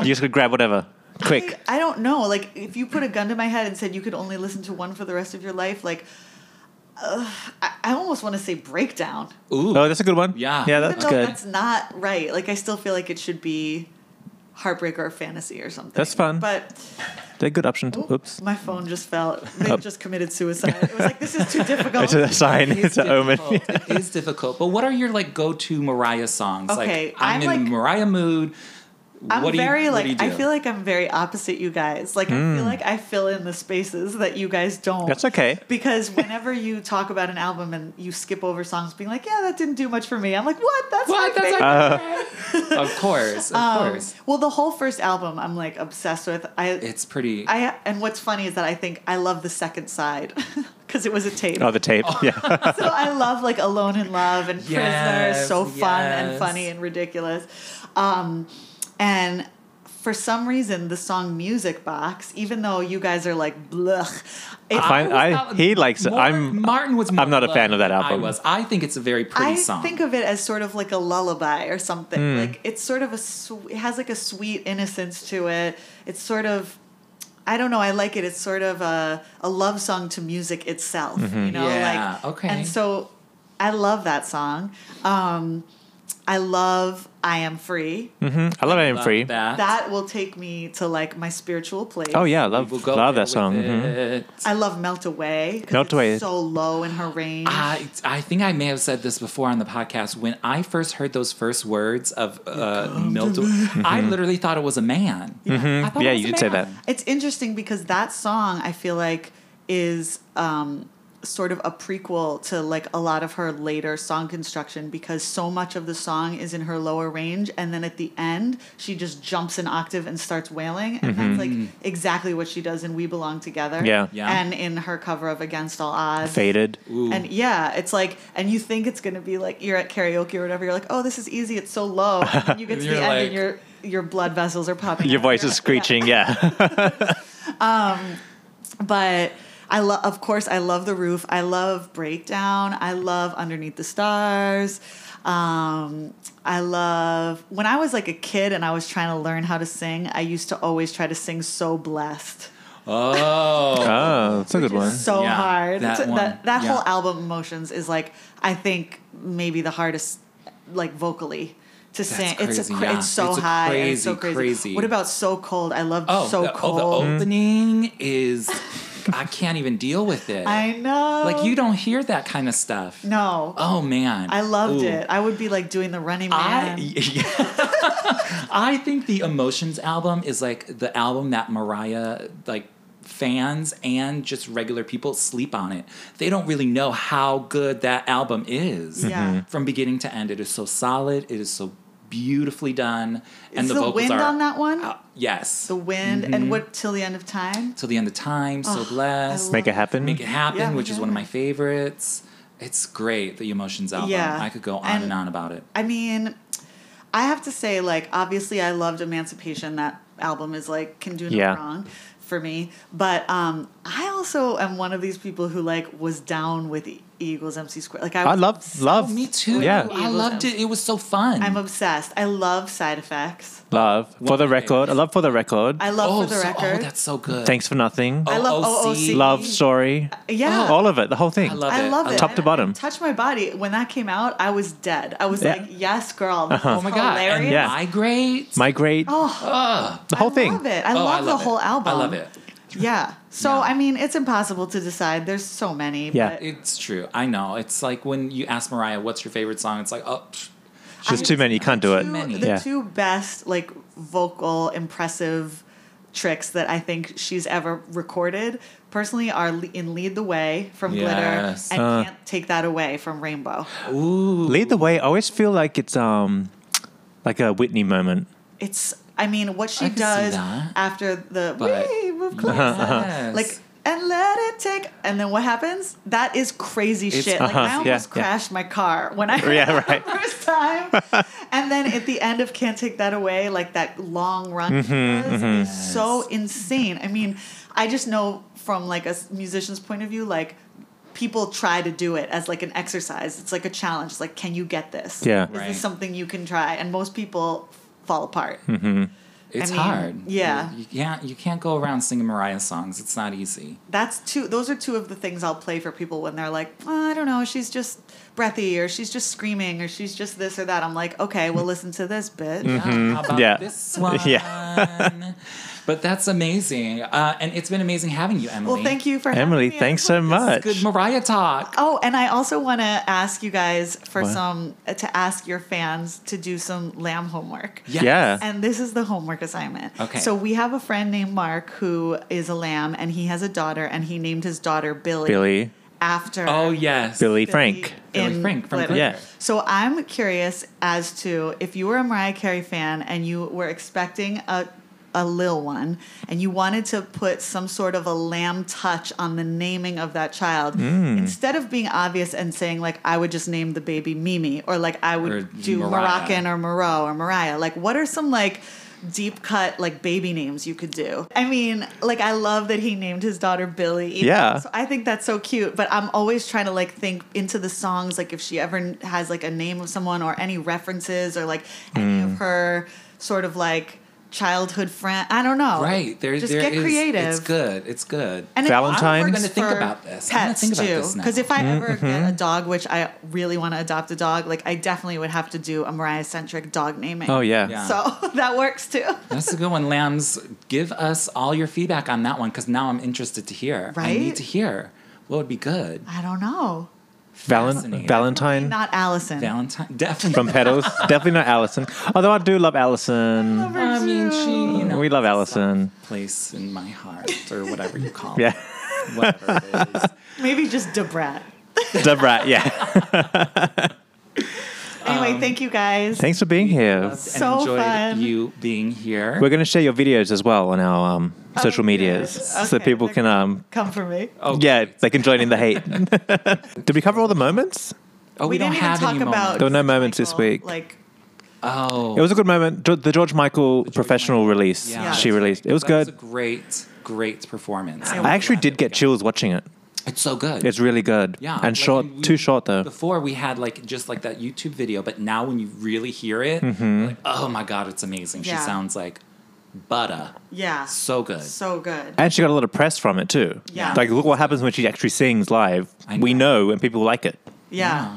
Speaker 1: just gotta grab whatever. Quick.
Speaker 3: I don't know. Like, if you put a gun to my head and said you could only listen to one for the rest of your life, like, ugh, I, I almost want to say breakdown.
Speaker 2: Ooh.
Speaker 1: Oh, that's a good one.
Speaker 2: Yeah.
Speaker 1: Yeah,
Speaker 3: Even
Speaker 1: that's
Speaker 3: though
Speaker 1: good.
Speaker 3: that's not right. Like, I still feel like it should be heartbreak or fantasy or something.
Speaker 1: That's fun.
Speaker 3: But
Speaker 1: They're good options.
Speaker 3: oop,
Speaker 1: Oops. Oh.
Speaker 3: my phone just fell. They just committed suicide. It was like this is too difficult.
Speaker 1: It's a sign.
Speaker 2: It is
Speaker 1: It's an omen.
Speaker 2: difficult. it is difficult. But what are your like go-to Mariah songs?
Speaker 3: Okay,
Speaker 2: like I'm,
Speaker 3: I'm
Speaker 2: in
Speaker 3: like-
Speaker 2: the Mariah mood.
Speaker 3: I'm
Speaker 2: what do you-
Speaker 3: very
Speaker 2: what
Speaker 3: like
Speaker 2: do you
Speaker 3: I
Speaker 2: do? Hmm.
Speaker 3: feel like I'm very opposite you guys. Like I feel like I fill in the spaces that you guys don't.
Speaker 1: That's okay.
Speaker 3: Because whenever you talk about an album and you skip over songs being like, "Yeah, that didn't do much for me." I'm like, "What? That's
Speaker 2: What?
Speaker 3: my
Speaker 2: That's
Speaker 3: favorite."
Speaker 1: Uh,
Speaker 3: Um,
Speaker 2: like, of course, of course.
Speaker 3: well, the whole first album I'm like obsessed with. I
Speaker 2: It's pretty.
Speaker 3: I and what's funny is that I think I love the second side cuz it was a tape.
Speaker 1: Oh, the tape. Yeah.
Speaker 3: so I love like Alone in Love and Prisoner
Speaker 2: Yes,
Speaker 3: is so fun
Speaker 2: yes.
Speaker 3: and funny and ridiculous. Um, and for some reason, the song Music Box, even though you guys are like, blech, it,
Speaker 1: Fine.
Speaker 2: was
Speaker 1: I-
Speaker 2: not-
Speaker 1: he likes it.
Speaker 2: Mar-
Speaker 1: I'm-
Speaker 2: Martin was. more
Speaker 1: I'm not a
Speaker 2: loved
Speaker 1: fan of that
Speaker 2: than
Speaker 1: album.
Speaker 2: I was. I think it's a very pretty
Speaker 3: I
Speaker 2: song.
Speaker 3: think of it as sort of like a lullaby or something.
Speaker 1: Hmm.
Speaker 3: Like it's sort of a, sw- it has like a sweet innocence to it. It's sort of, I don't know, I like it. It's sort of a, a love song to music
Speaker 1: Mm-hmm.
Speaker 3: itself, you know?
Speaker 2: Yeah,
Speaker 3: like,
Speaker 2: okay.
Speaker 3: And so I love that song. Um, I love I Am Free.
Speaker 1: I love I Am Free.
Speaker 2: That.
Speaker 3: That will take me to like my spiritual place.
Speaker 1: Oh yeah, I love
Speaker 2: We'll go
Speaker 1: love
Speaker 2: there
Speaker 1: that
Speaker 2: with
Speaker 1: song. Mhm.
Speaker 2: it.
Speaker 3: I love Melt Away. 'cause
Speaker 1: Melt
Speaker 3: it's
Speaker 1: Away. Ah,
Speaker 3: So low in her range.
Speaker 2: I, I think I may have said this before on the podcast. When I first heard those first words of uh, Milton, I
Speaker 3: Mm-hmm.
Speaker 2: literally thought it was a man. I thought it
Speaker 1: Yeah,
Speaker 2: was
Speaker 1: you
Speaker 2: a
Speaker 1: did say
Speaker 2: man.
Speaker 1: that.
Speaker 3: It's interesting because that song I feel like is um, sort of a prequel to like a lot of her later song construction because so much of the song is in her lower range and then at the end she just jumps an octave and starts wailing and that's like exactly what she does in We Belong Together.
Speaker 1: Mm-hmm. Yeah.
Speaker 2: Yeah.
Speaker 3: And in her cover of Against All Odds.
Speaker 1: Faded.
Speaker 3: And yeah, it's like, and you think it's gonna be like you're at karaoke or whatever. You're like, oh, this is easy. It's so low. And then you get to the
Speaker 2: You're
Speaker 3: end,
Speaker 2: like-
Speaker 3: and your your blood vessels are popping.
Speaker 1: Your
Speaker 3: out.
Speaker 1: voice
Speaker 3: You're
Speaker 1: is
Speaker 3: like, yeah.
Speaker 1: screeching. Yeah.
Speaker 3: but I love, of course, I love the roof. I love breakdown. I love underneath the stars. Um, I love when I was like a kid and I was trying to learn how to sing. I used to always try to sing so blessed,
Speaker 2: Oh,
Speaker 1: oh, it's a good one.
Speaker 3: so
Speaker 2: Yeah,
Speaker 3: hard.
Speaker 2: that
Speaker 3: So
Speaker 2: one.
Speaker 3: that, that
Speaker 2: Yeah.
Speaker 3: whole album, Emotions, is like I think maybe the hardest, like vocally. To sing, it's a,
Speaker 2: crazy,
Speaker 3: cra-
Speaker 2: yeah.
Speaker 3: it's so
Speaker 2: It's a
Speaker 3: high, and it's so
Speaker 2: crazy,
Speaker 3: crazy.
Speaker 2: crazy-
Speaker 3: What about so cold? I love
Speaker 2: oh,
Speaker 3: so
Speaker 2: the,
Speaker 3: cold. Mm-hmm.
Speaker 2: oh, the opening is I can't even deal with it.
Speaker 3: I know,
Speaker 2: like you don't hear that kind of stuff.
Speaker 3: No,
Speaker 2: Oh man,
Speaker 3: I loved
Speaker 2: Ooh.
Speaker 3: it. I would be like doing the running man.
Speaker 2: I, I think the Emotions album is like the album that Mariah like fans and just regular people sleep on it. They don't really know how good that album is.
Speaker 3: Yeah. Mhm.
Speaker 2: From beginning to end, it is so solid. It is so beautifully done, and
Speaker 3: Is
Speaker 2: the,
Speaker 3: the,
Speaker 2: vocals
Speaker 3: wind
Speaker 2: are Mm-hmm.
Speaker 3: on that one?
Speaker 2: uh, yes.
Speaker 3: the wind and what till the end of time?
Speaker 2: Till the end of time, so blessed.
Speaker 3: love-
Speaker 1: Make it happen.
Speaker 2: Make it happen,
Speaker 3: Yeah,
Speaker 2: which
Speaker 3: Make It
Speaker 2: is one of my
Speaker 3: Happen.
Speaker 2: favorites. It's great, the Emotions album.
Speaker 3: Yeah.
Speaker 2: I could go on
Speaker 3: And-
Speaker 2: and on about it.
Speaker 3: I mean, I have to say, like, obviously, I loved Emancipation. That album is like can do no
Speaker 1: Yeah.
Speaker 3: wrong for me. But um, I also am one of these people who like was down with E- Eagles MC Square. Like, I,
Speaker 1: I
Speaker 3: was-
Speaker 1: love love.
Speaker 2: Me too.
Speaker 1: Yeah.
Speaker 2: I loved it. It was so fun.
Speaker 3: I'm obsessed. I love Side Effects.
Speaker 1: Love for the
Speaker 2: One
Speaker 1: record. I love for the record.
Speaker 3: I love for the
Speaker 2: so-
Speaker 3: record.
Speaker 2: oh, that's so good.
Speaker 1: Thanks for nothing.
Speaker 3: I love
Speaker 2: OOC.
Speaker 3: OOC.
Speaker 1: Love story.
Speaker 3: Yeah.
Speaker 2: Oh,
Speaker 1: All of it. The whole thing.
Speaker 2: I love
Speaker 3: I
Speaker 2: it.
Speaker 3: love
Speaker 2: I
Speaker 3: it.
Speaker 2: love
Speaker 1: Top to
Speaker 3: I-
Speaker 1: bottom.
Speaker 3: Touch my body. When that came out, I was dead. I was
Speaker 1: Yeah. Uh-huh.
Speaker 3: like, yes, girl. This
Speaker 2: Oh
Speaker 3: is
Speaker 2: my god!
Speaker 3: hilarious. Oh,
Speaker 2: And
Speaker 1: Yeah.
Speaker 2: migrate.
Speaker 1: Migrate. the whole
Speaker 3: I
Speaker 1: thing.
Speaker 3: love it. I,
Speaker 2: Oh,
Speaker 3: love
Speaker 2: I love
Speaker 3: the
Speaker 2: it.
Speaker 3: whole album.
Speaker 2: I love it.
Speaker 3: Yeah. So
Speaker 2: Yeah.
Speaker 3: I mean, it's impossible to decide. There's so many.
Speaker 1: Yeah.
Speaker 3: But
Speaker 2: It's true. I know. It's like when you ask Mariah, "What's your favorite song?" It's like, oh, psh,
Speaker 1: It's just too many. You can't do it.
Speaker 3: two-
Speaker 2: many.
Speaker 3: The
Speaker 1: Yeah.
Speaker 3: two best like vocal impressive tricks that I think she's ever recorded personally are Le- in "Lead the Way" from
Speaker 2: Yes.
Speaker 3: Glitter and "Can't Take That Away" from Rainbow.
Speaker 1: Lead the way. I always feel like it's um like a Whitney moment.
Speaker 3: It's I mean what she
Speaker 2: I can see
Speaker 3: does
Speaker 2: that.
Speaker 3: after the
Speaker 2: But- Uh-huh.
Speaker 3: we move closer.
Speaker 1: Uh-huh.
Speaker 2: yes.
Speaker 3: like and let it take and then what happens that is crazy
Speaker 2: It's-
Speaker 3: shit like i
Speaker 1: uh-huh,
Speaker 3: almost
Speaker 1: yeah, yeah.
Speaker 3: crashed my car when i heard
Speaker 1: Yeah,
Speaker 3: that
Speaker 1: right.
Speaker 3: the first time and then at the end of can't take that away like that long run she
Speaker 1: Mm-hmm,
Speaker 3: does is so insane i mean i just know from like a s- musician's point of view like people try to do it as like an exercise it's like a challenge it's like can you get this
Speaker 1: Yeah.
Speaker 3: is
Speaker 2: Right.
Speaker 3: this something you can try and most people fall apart
Speaker 1: Hmm.
Speaker 2: it's
Speaker 3: mean,
Speaker 2: hard.
Speaker 3: yeah.
Speaker 2: You, you can't. You can't go around singing Mariah songs. It's not easy.
Speaker 3: that's two those are two of the things i'll play for people when they're like "Oh, i don't know she's just breathy or she's just screaming or she's just this or that i'm like okay
Speaker 1: Mm.
Speaker 3: well listen to this bitch
Speaker 2: How about
Speaker 1: Mm-hmm. Yeah.
Speaker 2: this one? but that's amazing. Uh, and it's been amazing having you, Emily.
Speaker 3: well thank you for having
Speaker 1: Emily,
Speaker 3: me.
Speaker 1: thanks so much.
Speaker 2: Good Mariah talk.
Speaker 3: oh and i also want to ask you guys for
Speaker 1: What?
Speaker 3: some uh, to ask your fans to do some lamb homework
Speaker 1: Yeah.
Speaker 3: And this is the homework assignment.
Speaker 2: Okay.
Speaker 3: So we have a friend named Mark who is a lamb and he has a daughter and he named his daughter Billy,
Speaker 1: Billy.
Speaker 3: after
Speaker 2: Oh yes.
Speaker 1: Billy Frank.
Speaker 2: Billy Frank from
Speaker 3: Glitter.
Speaker 2: Glitter.
Speaker 1: Yeah.
Speaker 3: So I'm curious as to if you were a Mariah Carey fan and you were expecting a a lil one and you wanted to put some sort of a lamb touch on the naming of that child
Speaker 2: Hmm.
Speaker 3: instead of being obvious and saying like I would just name the baby Mimi or like I would
Speaker 2: Or
Speaker 3: do
Speaker 2: Mariah.
Speaker 3: Moroccan or Moreau or Mariah like what are some like deep cut like baby names you could do I mean like I love that he named his daughter Billy
Speaker 1: Yeah.
Speaker 3: so I think that's so cute, but I'm always trying to like think into the songs, like if she ever n- has like a name of someone or any references or like any of her sort of like childhood friend. I don't know.
Speaker 2: Right. There,
Speaker 3: just
Speaker 2: there
Speaker 3: get
Speaker 2: is-
Speaker 3: creative.
Speaker 2: It's good. It's good.
Speaker 3: And
Speaker 1: Valentine's? Mm-hmm.
Speaker 3: Valentine's.
Speaker 1: I'm
Speaker 3: I'm
Speaker 2: gonna think about this. I'm gonna
Speaker 3: Pets
Speaker 2: think about
Speaker 3: too,
Speaker 2: this now.
Speaker 3: because if I ever get a dog, which I really want to adopt a dog, like I definitely would have to do a Mariah centric dog naming.
Speaker 1: Oh yeah.
Speaker 2: Yeah.
Speaker 3: So that works too.
Speaker 2: That's a good one, Lambs. Give us all your feedback on that one because now I'm interested to hear. I need
Speaker 3: Right?
Speaker 2: to hear what would be good.
Speaker 3: I don't know.
Speaker 1: Valen-
Speaker 2: Fascinating.
Speaker 1: Valentine
Speaker 3: Not Allison.
Speaker 2: Valentine, definitely.
Speaker 1: from Petals. Definitely not Allison. Although I do love Allison.
Speaker 2: I mean, she, you know,
Speaker 1: We love Allison.
Speaker 2: place in my heart or whatever you call
Speaker 1: Yeah.
Speaker 2: it. Whatever it is.
Speaker 3: Maybe just Debrat.
Speaker 1: Debrat, yeah.
Speaker 3: Anyway,
Speaker 2: Um,
Speaker 3: thank you guys.
Speaker 1: Thanks for being here.
Speaker 2: Loved
Speaker 3: So
Speaker 2: and enjoyed
Speaker 3: fun.
Speaker 2: you being here.
Speaker 1: We're going to share your videos as well on our um, social
Speaker 3: good.
Speaker 1: medias so
Speaker 3: Oh, Okay.
Speaker 1: people can, um,
Speaker 3: Come for me.
Speaker 2: oh,
Speaker 1: yeah, they can join in the hate. Did we cover all the moments?
Speaker 2: oh, we,
Speaker 3: we,
Speaker 2: don't
Speaker 3: didn't
Speaker 2: have
Speaker 3: even talk
Speaker 2: any
Speaker 3: about.
Speaker 1: There were
Speaker 2: Moments.
Speaker 1: no moments this
Speaker 3: Michael,
Speaker 1: week.
Speaker 3: Like
Speaker 2: Oh,
Speaker 1: It was a good moment. Jo- The George Michael professional release
Speaker 2: Yeah.
Speaker 1: she released. It was
Speaker 2: that was
Speaker 1: good.
Speaker 2: a great, great performance.
Speaker 3: I-
Speaker 1: I actually did get chills watching it.
Speaker 2: It's so good.
Speaker 1: It's really good.
Speaker 2: Yeah,
Speaker 1: And
Speaker 2: like,
Speaker 1: short,
Speaker 2: we-
Speaker 1: too short though.
Speaker 2: Before we had like just like that YouTube video, but now when you really hear it,
Speaker 1: Mm-hmm.
Speaker 2: like, oh my god, it's amazing. She
Speaker 3: Yeah.
Speaker 2: sounds like butter.
Speaker 3: yeah.
Speaker 2: So good.
Speaker 3: So good.
Speaker 1: And she got a lot of press from it too.
Speaker 3: Yeah.
Speaker 1: Like, look what happens when she actually sings live.
Speaker 2: I
Speaker 1: We
Speaker 2: know.
Speaker 1: know, and people like it.
Speaker 3: Yeah.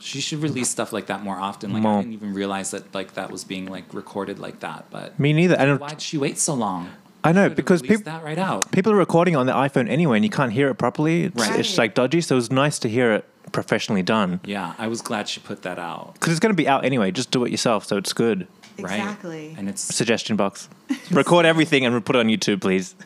Speaker 2: She should release stuff like that more often. Like
Speaker 1: More.
Speaker 2: I didn't even realize that like that was being like recorded like that. But
Speaker 1: Me neither. And
Speaker 2: why'd she wait so long?
Speaker 1: I know
Speaker 2: Should've
Speaker 1: because
Speaker 2: released
Speaker 1: people
Speaker 2: that right out.
Speaker 1: people are recording on their iPhone anyway, and you can't hear it properly. It's,
Speaker 2: Right.
Speaker 1: it's like dodgy. So it was nice to hear it professionally done
Speaker 2: Yeah, I was glad she put that out.
Speaker 1: because it's going to be out anyway. Just do it yourself. So it's good.
Speaker 2: Right.
Speaker 3: Exactly.
Speaker 2: And it's
Speaker 1: Suggestion box. Record everything and put it on YouTube, please,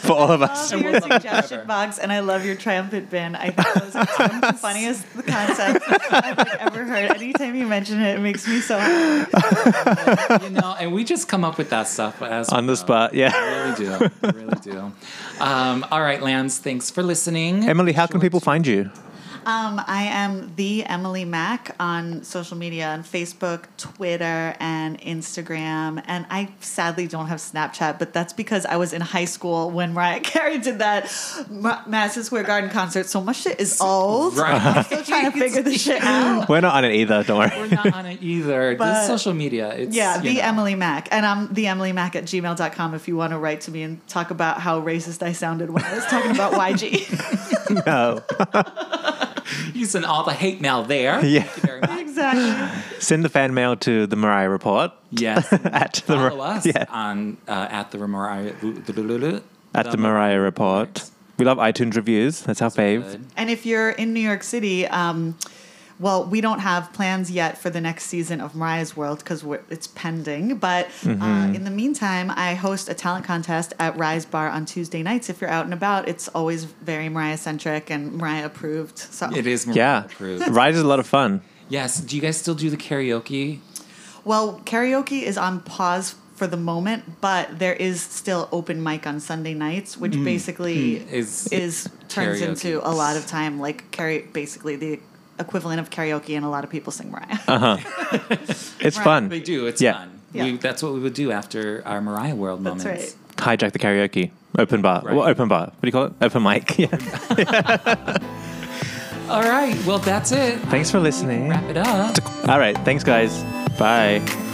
Speaker 1: for all of us.
Speaker 3: love your suggestion box, and I love your triumphant bin. I think those are some of the funniest concepts I've like, ever heard. Anytime you mention it, it makes me so happy.
Speaker 2: you know, and we just come up with that stuff as
Speaker 1: On the spot, yeah.
Speaker 2: really do, We really do. Um, all right, Lambs, thanks for listening.
Speaker 1: Emily, how can people find you?
Speaker 3: Um, I am the Emily Mack on social media, on Facebook, Twitter, and Instagram. And I sadly don't have Snapchat, but that's because I was in high school when Mariah Carey did that Ma- Madison Square Garden concert. So much shit is old.
Speaker 2: Right.
Speaker 3: I'm still trying to figure this shit out.
Speaker 1: We're not on it either. Don't worry.
Speaker 2: We're not on it either.
Speaker 3: But-
Speaker 2: this social media, it's
Speaker 3: Yeah,
Speaker 2: you
Speaker 3: the
Speaker 2: know.
Speaker 3: Emily Mac. And I'm the Emily Mac at gmail.com if you want to write to me and talk about how racist I sounded when I was talking about YG.
Speaker 1: No.
Speaker 2: You send all the hate mail there.
Speaker 1: Yeah.
Speaker 2: Thank you very much.
Speaker 3: exactly.
Speaker 1: Send the fan mail to the Mariah Report
Speaker 2: Yes.
Speaker 1: at the
Speaker 2: Follow us
Speaker 1: yeah
Speaker 2: on uh, at the Mariah
Speaker 1: at the Mariah Report. We love iTunes reviews. That's our fave.
Speaker 3: And if you're in New York City, um, well, we don't have plans yet for the next season of Mariah's World because it's pending. But uh,
Speaker 2: Mm-hmm.
Speaker 3: in the meantime, I host a talent contest at Rise Bar on Tuesday nights. If you're out and about, it's always very Mariah centric and Mariah approved. So
Speaker 2: It is Mariah
Speaker 1: Yeah,
Speaker 2: approved.
Speaker 1: Ride is a lot of fun.
Speaker 2: Yes. Do you guys still do the karaoke?
Speaker 3: Well, karaoke is on pause for the moment, but there is still open mic on Sunday nights, which basically
Speaker 2: Is-
Speaker 3: is, turns
Speaker 2: Karaoke.
Speaker 3: into a lot of time like carry basically the equivalent of karaoke and a lot of people sing Mariah.
Speaker 1: It's
Speaker 3: Right.
Speaker 1: fun.
Speaker 2: They do. It's
Speaker 1: Yeah.
Speaker 2: fun.
Speaker 3: Yeah.
Speaker 2: We, that's what we would do after our Mariah World
Speaker 3: That's
Speaker 2: moments.
Speaker 3: right.
Speaker 1: Hijack the karaoke. Open bar.
Speaker 2: Right.
Speaker 1: Well, open bar. What do you call it? Open mic. Yeah.
Speaker 2: All right. Well, that's it.
Speaker 1: Thanks for listening.
Speaker 2: Wrap it up.
Speaker 1: All right. Thanks, guys. Bye.